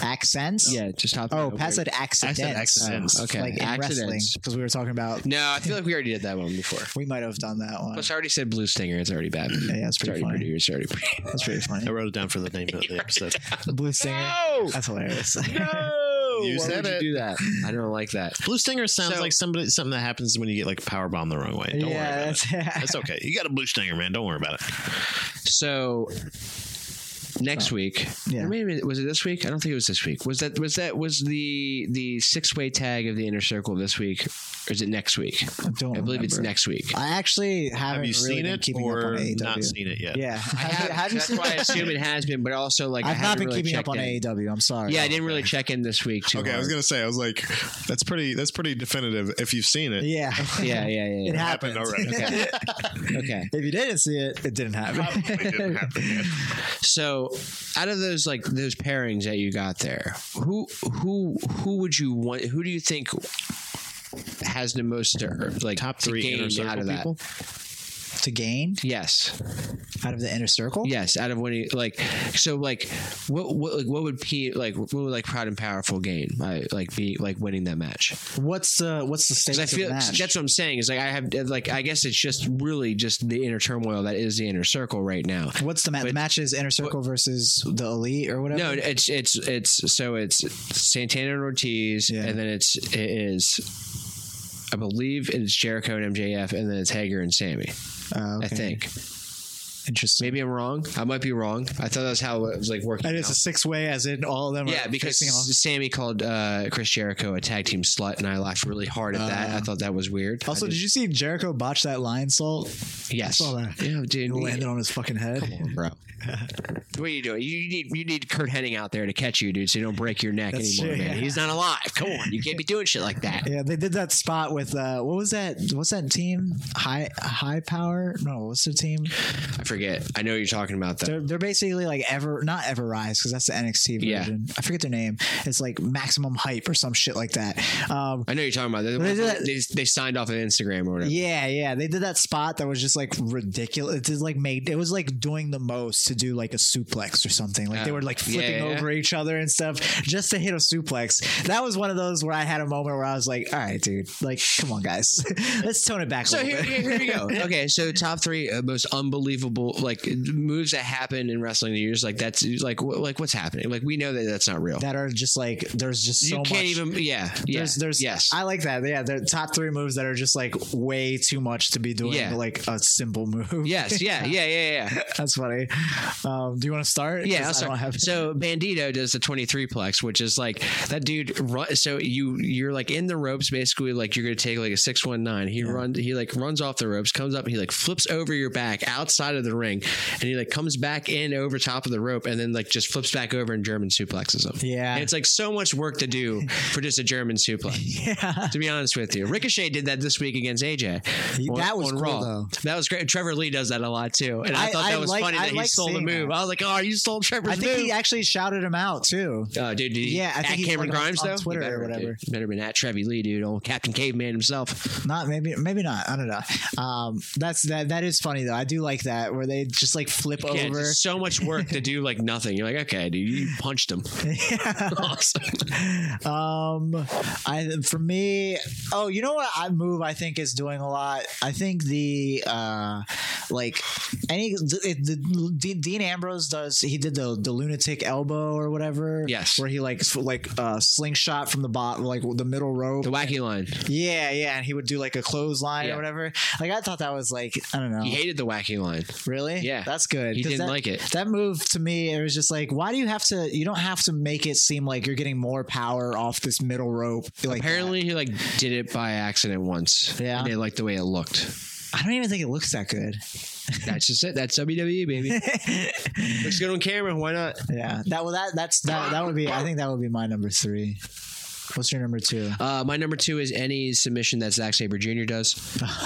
Accents? Yeah, just top. Oh, three. Pat said accidents. Oh, accidents. okay. Okay, Like in accidents. wrestling. Because we were talking about, No, I feel like we already did that one before. we might have done that one. Plus, I already said Blue Stinger. It's already bad. Yeah, that's it's pretty already funny. pretty. It's already pretty. That's pretty funny. I wrote it down for the name of the episode. Blue Stinger. That's hilarious. You Why said would it. you do that? I don't like that. Blue Stinger sounds So- like somebody something that happens when you get like power bomb the wrong way. Don't worry yeah, about it. that's, yeah. It's okay. You got a blue stinger, man. Don't worry about it. So next week, Yeah. or maybe it- was it this week? I don't think it was this week. Was that was that was the the six way tag of the inner circle this week, or is it next week? I don't I believe it's remember. next week. I actually haven't Have really you seen been it keeping up on or AEW. not seen it yet? Yeah. I have, you that's seen why I it? assume it has been, but also like I I've not haven't been really keeping up on checked in. AEW. I'm sorry. Yeah, I didn't really check in this week too. Okay, I was hard. gonna say, I was like, That's pretty. That's pretty definitive. If you've seen it, Yeah. Yeah, yeah, yeah. it yeah. happened. happened Okay. okay. if you didn't see it, it didn't happen. didn't happen. So, out of those like those pairings that you got there, who who who would you want? Who do you think has the most to earn, like Top to three gain inner circle out of that? people? to gain Yes, out of the inner circle? yes. Out of when you like, so like, what what like, what would P like what would like proud and powerful gain by like be like winning that match? What's the what's the stakes Because I feel of the match? that's what I'm saying is like I have like I guess it's just really just the inner turmoil that is the inner circle right now. What's the match? The But- match is inner circle versus the elite or whatever. No, it's it's it's so it's Santana and Ortiz, Yeah. and then it's it is. I believe it's Jericho and MJF, and then it's Hager and Sammy. Uh, I okay. think interesting. maybe I'm wrong. I might be wrong. I thought that's how it was like working. And it's a out. six way, as in all of them. yeah, are because facing off. Sammy called uh, Chris Jericho a tag team slut, and I laughed really hard at that. Uh, I thought that was weird. Also, I did you see Jericho botch that lion salt? yes, saw that. yeah, dude, It landed on his fucking head. bro. what are you doing? You you need you need Kurt Henning out there to catch you, dude, so you don't break your neck That's anymore, true, man. yeah. He's not alive. Come on, you can't be doing shit like that. Yeah, they did that spot with uh, what was that? What's that team? High High Power? No, what's the team? I forget. I know what you're talking about though. They're they're basically like ever not ever rise because that's the NXT Yeah. version. I forget their name. It's like Maximum Hype or some shit like that. Um, I know what you're talking about. They're the They ones did that- that- They, they signed off on Instagram or whatever. Yeah, yeah. They did that spot that was just like ridiculous. It just like made it was like doing the most to do like a suplex or something. Like they Yeah. were like Uh, Yeah, flipping yeah, yeah. over each other and stuff just to hit a suplex. That was one of those where I had a moment where I was like, all right, dude, like come on guys. Let's tone it back a So little here, bit. here, here we go. Okay, so top three uh, most unbelievable people like moves that happen in wrestling. that You're just like that's like wh- like what's happening. Like we know that that's not real. that are just like there's just so you can't much. even. Yeah. yeah. there's, there's, yes. I like that. Yeah, the top three moves that are just like way too much to be doing Yeah. like a simple move. yes. Yeah. Yeah. Yeah. Yeah. that's funny. Um, do you want to start? Yeah, 'Cause I'll I don't start. have. so Bandito does the 23 plex, which is like that dude. Run, so you you're like in the ropes, basically. Like you're gonna take like a 619. He runs. He like runs off the ropes, comes up, and he like flips over your back outside of the ring, and he like comes back in over top of the rope, and then like just flips back over and German suplexes him. Yeah. and it's like so much work to do for just a German suplex. yeah, To be honest with you, Ricochet did that this week against AJ. that was cool though. That was great. Trevor Lee does that a lot too, and I, I- thought I that was like- funny I that he like stole the seeing move. that. I was like, "Oh, you stole Trevor's I think move." he actually shouted him out too. Oh, dude, dude, Yeah, I at think he's Cameron like on- Grimes on though. You Twitter or better, whatever. dude. better been at Trevi Lee, dude, old Captain Caveman himself. Not maybe, maybe not. I don't know. Um, that's that. That is funny though. I do like that where they just like flip Yeah, over. just so much work to do like nothing. You're like, okay, dude, you punched him. awesome. Um, I for me, oh, you know what I move I think is doing a lot. I think the uh, like any the, the, Dean- Dean Ambrose does. He did the the lunatic elbow or whatever. Yes. where he like f- like uh, slingshot from the bot like the middle rope. The wacky line. yeah, yeah, and he would do like a clothesline Yeah. or whatever. Like I thought that was like I don't know. He hated the wacky line. Really? Yeah. That's good. He 'Cause didn't that- like it. That move to me, it was just like, why do you have to? You don't have to make it seem like you're getting more power off this middle rope. Like Apparently, he like did it by accident once. Yeah. and they liked the way it looked. that. I don't even think it looks that good. That's just it. That's WWE, baby. Looks good on camera. Why not? Yeah. That well, that that's that that would be. I think that would be my number three. What's your number two? Uh, my number two is any submission that Zack Saber Jr. does.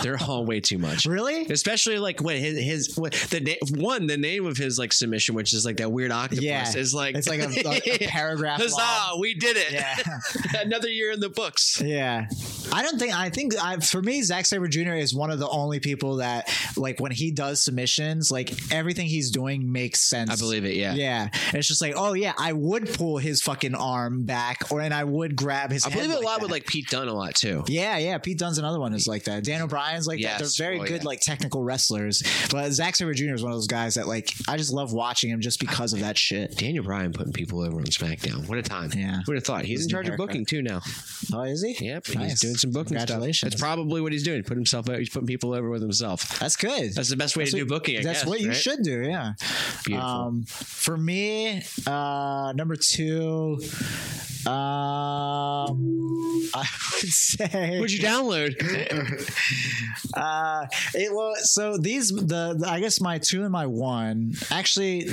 They're all way too much. Really? especially like when his, his when the na- one the name of his like submission which is like that weird octopus Yeah. is like It's like a, a, a paragraph. long. huzzah we did it Yeah. another year in the books Yeah, I don't think I think I, for me Zack Saber Jr. is one of the only people that like when he does submissions, like everything he's doing makes sense. I believe it yeah, Yeah. It's just like, oh yeah, I would pull his fucking arm back, or and I would grab his. I believe head it a lot that. with like Pete Dunne a lot too Yeah, yeah. Pete Dunn's another one who's like that. Dan O'Brien's like that. Yes. They're very Oh, good yeah. like technical wrestlers, but Zack Saber Jr. is one of those guys that like I just love watching him just because of that shit. Daniel Bryan putting people over on SmackDown what a time Yeah. would have thought he's in His charge of haircut. booking too now Oh, is he? yep he's Nice. doing some booking stuff Congratulations. that's probably what he's doing put himself he's putting people over with himself That's good. that's the best way to do booking I That's guess, what you right? should do. Yeah. Beautiful. Um, for me, uh, number two, um, I would say. What'd you download? Uh, it was so these the, the I guess my two and my one actually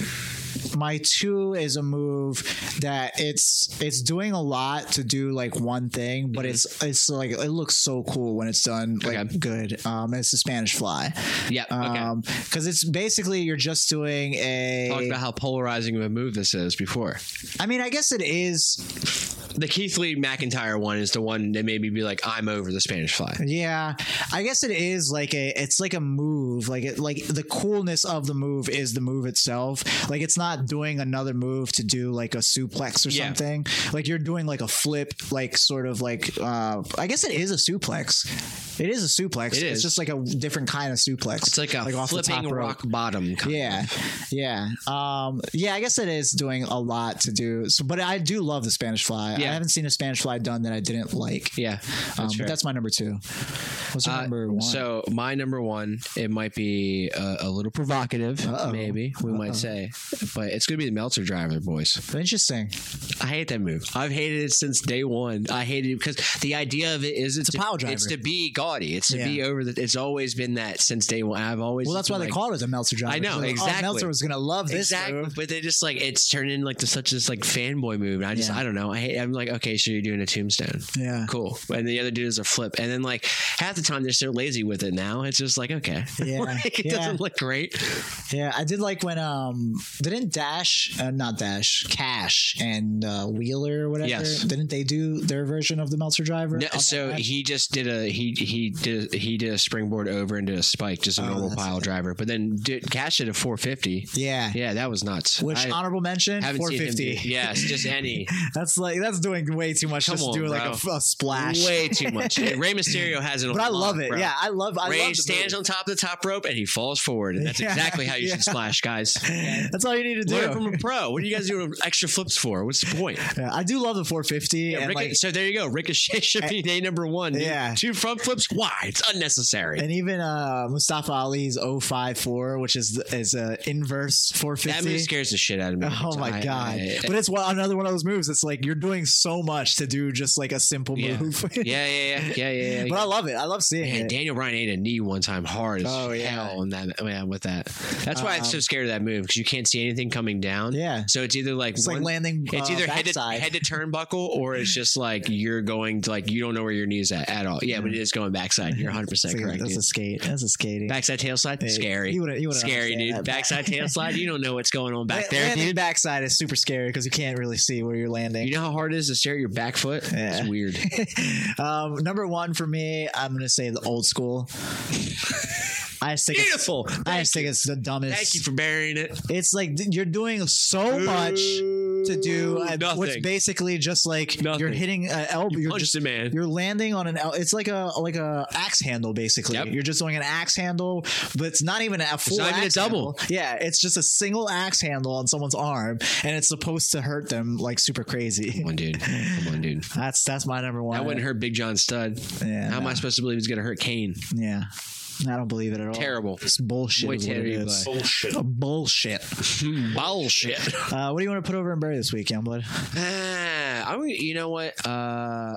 my two is a move that it's it's doing a lot to do like one thing but it's it's like it looks so cool when it's done like Mm-hmm. Okay. good um it's the spanish fly Yep, okay. um because it's basically you're just doing a Talked about how polarizing of a move this is before. i mean i guess it is The Keith Lee McIntyre one is the one that made me be like, I'm over the Spanish fly. Yeah, I guess it is like a it's like a move. Like it like the coolness of the move is the move itself. Like it's not doing another move to do like a suplex or Yeah. something. Like you're doing like a flip, like sort of like uh I guess it is a suplex. It is a suplex. It is. It's just like a different kind of suplex. It's like a off the flipping top rope. rock bottom. Kind Yeah, yeah, um, yeah. I guess it is doing a lot to do. So, but I do love the Spanish Fly. Yeah. I haven't seen a Spanish Fly done that I didn't like. Yeah. Um, fair. that's my number two. What's your Uh, number one? So my number one, it might be a, a little provocative, Uh-oh. maybe we might say, but it's gonna be the Meltzer driver, boys. Interesting. I hate that move. I've hated it since day one. I hated it because the idea of it is it's, a pile driver. It's to be gaudy. It's to Yeah. be over the. It's always been that since day one. I've always. Well, that's why been they like- call it the Meltzer driver. I know, They're like, exactly. Oh, Meltzer was gonna love this. exactly. move. But they just like it's turned into like the, such this like fanboy move, and I just Yeah. I don't know. I hate, I'm like okay, so you're doing a tombstone, Yeah. cool, and the other dude is a flip, and then like half the time they're so lazy with it now. It's just like okay, Yeah. Like, it Yeah. doesn't look great. Yeah, I did like when um didn't Dash uh, not Dash Cash and uh, Wheeler or whatever Yes. didn't they do their version of the Meltzer driver? No, on so that? he just did a he he did a, he did a springboard over and did a spike, just a Oh, normal that's pile driver, but then did, cash it at 450. yeah. Yeah, that was nuts. Which I honorable mention haven't seen him do- 450. Yes, just any. That's like that's doing way too much. Come just on, doing like a, bro. f- a splash. Way too much. Ray Mysterio has it on but I lock, love it. bro. Yeah, I love. I love Ray the stands movie. on top of the top rope and he falls forward. And that's Yeah, exactly how you yeah. should splash, guys. That's all you need to Learn from do. a pro. What are you guys doing extra flips for? What's the point? Yeah, I do love the 450 and Rico- like so there you go. Ricochet should be day number one. dude. Yeah. Two front flips. Why? It's unnecessary. and even uh Mustafa Ali's 054, which is is a inverse that move 450. scares the shit out of me. Oh my I- god! I- but it's one, another one of those moves. It's like you're doing so much to do just like a simple Yeah. move. yeah, yeah, yeah, yeah, yeah. yeah. but I love it. I love seeing Man, it. Daniel Bryan ate a knee one time hard as Oh, yeah. Um, hell on that yeah, with that. That's why I'm so scared of that move because you can't see anything coming down. Yeah. So it's either like It's like one- landing. it's uh, either head to, backside. head to turnbuckle or it's just like you're going to like you don't know where your knees at at all. Yeah, but it is going backside. You're 100 It's percent like, correct. That's dude. a skate. That's a skating. Backside tail slide, Hey, scary. you wouldn't- you wouldn't scary, understand dude. that. Backside tail slide. You don't know what's going on back La- there, landing dude. backside is super scary because you can't really see where you're landing. You know how hard it is to stare at your back foot? Yeah. It's weird. um, number one for me, I'm gonna say the old school. I just think it's, Beautiful. I just think it's the dumbest. Thank you for burying it. it's like th- you're doing so much to do uh, what's nothing. basically just like you're Nothing. hitting an elbow. You You are punched just a man. you're landing on an el- it's like a like a axe handle basically. Yep. You're just doing an axe handle, but it's not even a full not even a axe double. handle. Yeah, it's just a single axe handle on someone's arm, and it's supposed to hurt them like super crazy. Come on, dude. Come on, dude. That's that's my number one. That wouldn't hurt Big John Stud. Yeah, How am no. I supposed to believe it's going to hurt Kane? Yeah, I don't believe it at all. Terrible. It's bullshit. Muy is what it terrible. is. Bullshit. Bullshit. Uh, what do you want to put over and bury this week, Youngblood? ah, I'm, gonna- you know what? Uh,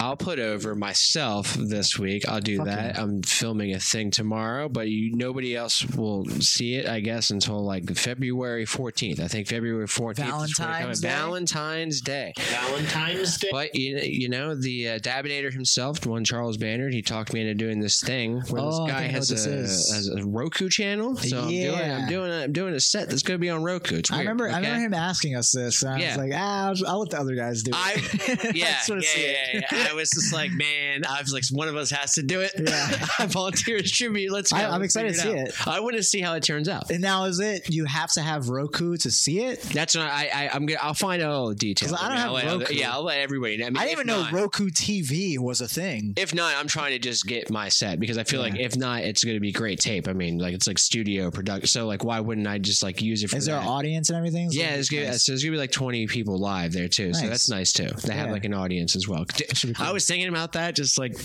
I'll put over myself this week. I'll do Fuck that. I'm filming a thing tomorrow, but you, nobody else will see it, I guess, until like February 14th. I think February 14th. is when it Valentine's comes- Day? Valentine's Day. Valentine's Day. But you, you know, the uh, Dabinator himself, one Charles Bannard, he talked me into doing this thing where Oh, I this guy think I know has a, what this is. has a Roku channel. So Yeah. I'm doing I'm doing a, I'm doing a set that's going to be on Roku. It's I weird, remember I okay? remember him asking us this. And I Yeah. was like, ah, I'll, I'll let the other guys do it. I yeah, just yeah, wanna see yeah, it. yeah. I was just like, man, I was like, one of us has to do it. Yeah. I volunteer as tribute. Let's go. I- I'm Let's excited figure to see out. I want to see how it turns out. and now is it? You have to have Roku to see it. That's not. I, I I'm gonna. I'll find out all the details. 'Cause I don't mean, I'll have let other- Roku. yeah, I'll let everybody. know. I, mean, I didn't if even know not- Roku TV was a thing. if not, I'm trying to just get my set because I feel like if not, it's going to be great tape. I mean, like it's like studio production. So like, why wouldn't I just like use it for Is there that? an audience and everything? It's yeah, like- there's gonna, nice. so there's gonna be like 20 people live there too, so Nice. that's nice too. They have Yeah. like an audience as well. D- I was thinking about that, just like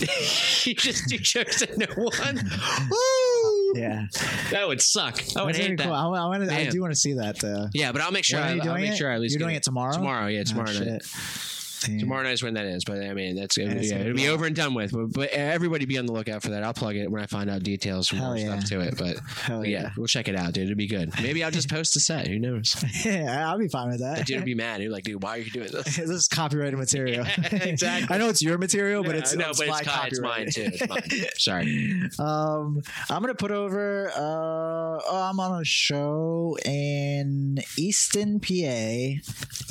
you just do jokes at no one. Woo! yeah. That would suck. I would That's gonna be hate Oh, that. cool. I, I, wanna, I Man. do want to see that. Uh, Yeah, but I'll make sure. When are I, you will doing make it? sure I at least You're get doing it tomorrow? Oh, Tomorrow, yeah, tomorrow night. Tomorrow night is when that is, but I mean that's Yeah, yeah, it's gonna it'll be be out. over and done with. But, but everybody be on the lookout for that. I'll plug it when I find out details and Hell more yeah. stuff to it. But Hell yeah. yeah. we'll check it out, dude. It'll be good. Maybe I'll just post a set. Who knows? yeah, I'll be fine with That that. dude will be mad. He'll be like, dude, why are you doing this? this is copyrighted material. exactly. I know it's your material, but Yeah, it's I know, it's, but my it's, it's mine copyright. too. It's mine. Sorry. Um, I'm gonna put over. Uh, oh, I'm on a show in Easton, PA.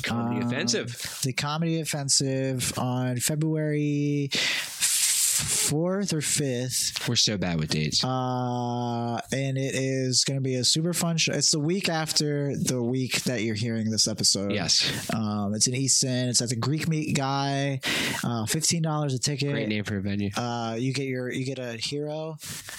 Comedy Um, offensive. The Comedy Offensive on February fourth or fifth. We're so bad with dates. Uh, and it is going to be a super fun show. It's the week after the week that you're hearing this episode. yes. Um, it's in Easton. It's at the Greek Meat Guy. Uh, Fifteen dollars a ticket. Great name for a venue. Uh, you get your you get a hero.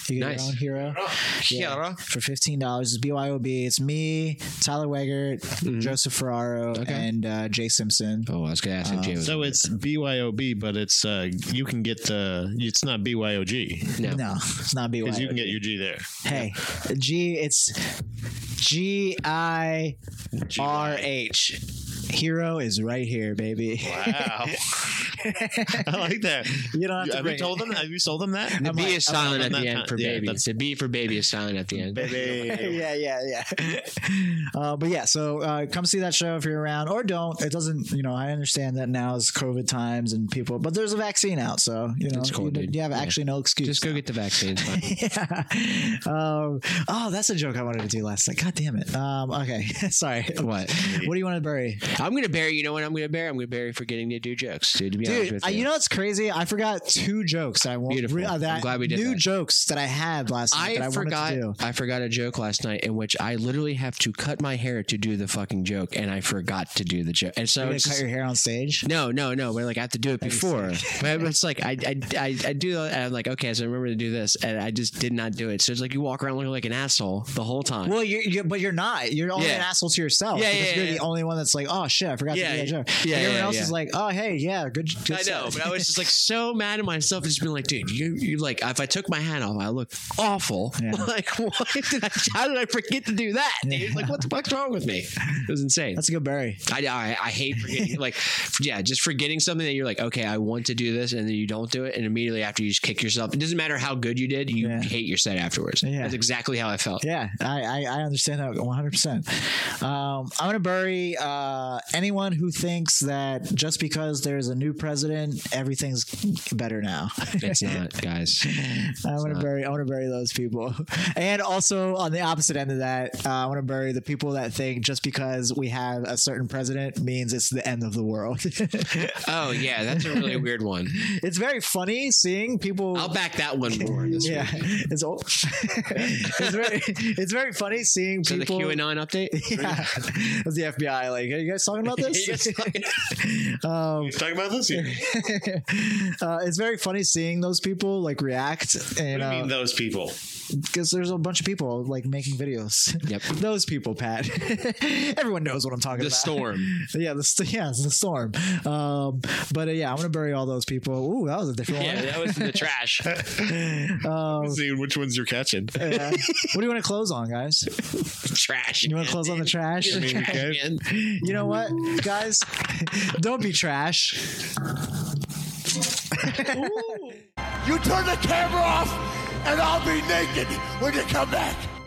You get Nice. your own hero. Yeah. Hero. For fifteen dollars, it's BYOB. It's me, Tyler Weggert, Joseph Ferraro, and uh, Jay Simpson. Mm-hmm. Oh, I was gonna uh, ask if Jay was. So it's BYOB, but it's uh you can get the it's not BYOG no. No, it's not because you can BYOB. get your G there. Hey, G. It's G I R H. Hero is right here, baby. Wow, I like that. You don't have to Have bring you it. told them? Have you sold them that? The B is silent at I'm the not- end for yeah, baby. that's- The B for baby is silent at the end. Baby. yeah, yeah, yeah. uh, but yeah, so uh, come see that show if you're around, or don't. It doesn't, you know. I understand that now is COVID times and people, but there's a vaccine out, so you know That's cool, you, dude. you have Yeah. actually no excuse. Just go get the vaccine. It's fine. yeah. Um, oh, that's a joke I wanted to do last night. God damn it. Um, okay, sorry. What? What do you want to bury? I'm gonna bury. You know what I'm gonna bury? I'm gonna bury for getting to do jokes, dude. To be honest Dude, with I, you, you know what's crazy? I forgot two jokes that I want. Beautiful. uh, that I'm glad we did new that. jokes that I had last night. that I I forgot. Wanted to do. I forgot a joke last night in which I literally have to cut my hair to do the fucking joke, and I forgot to do the joke. And so You're I gonna was cut just- your hair on stage. No, no, no. But like I have to do it before. But it's like I, I, I, I do. that, And I'm like, okay, so I remember to do this, and I just did not do it. So it's like you walk around looking like an asshole the whole time. Well, you're, you're but you're not. You're only Yeah. an asshole to yourself. Yeah, because yeah, You're yeah. the only one that's like, oh shit, I forgot Yeah, to do that joke. And yeah, everyone yeah, else yeah. is like, oh hey, yeah, good. good I know, set." but I was just like so mad at myself. Just being like, dude, you, you like, if I took my hat off, I look awful. Yeah. like, why did I, how did I forget to do that? Dude? Like, what the fuck's wrong with me? It was insane. that's a good berry. I, I, I hate forgetting, like, yeah, just forgetting something that you're like, okay, I want to do this, and then you don't do it, and immediately after you just kick yourself. It doesn't matter how good you did, you Yeah. hate your set afterwards. Yeah. That's exactly how I felt. Yeah, I, I, I understand that 100%. Um, I'm going to bury uh, anyone who thinks that just because there's a new president, everything's better now. It's not, guys. I want to bury. I want to bury those people, and also on the opposite end of that, uh, I want to bury the people that think just because we have a certain president means it's the end of the world. Oh yeah, that's a really weird one. it's very funny seeing people. I'll back that one more. This yeah, week. it's all. it's very. It's very funny seeing So the people. QAnon update. yeah, it was the FBI. Like, are you guys talking about this? um, Talking about this here. uh, it's very funny seeing those people like react, and I uh, mean, those people. because there's a bunch of people like making videos. Yep. Those people, Pat. Everyone knows what I'm talking The about. storm. Yeah, the st- yeah, it's the storm. Um, but uh, yeah, I'm gonna bury all those people. Ooh, that was a different Yeah, that was in the trash. one. Um, Seeing which ones you're catching. yeah. What do you want to close on, guys? trash. You want to close on the trash? The trash okay. again. You know what, guys? Don't be trash. You turn the camera off, and I'll be naked when you come back.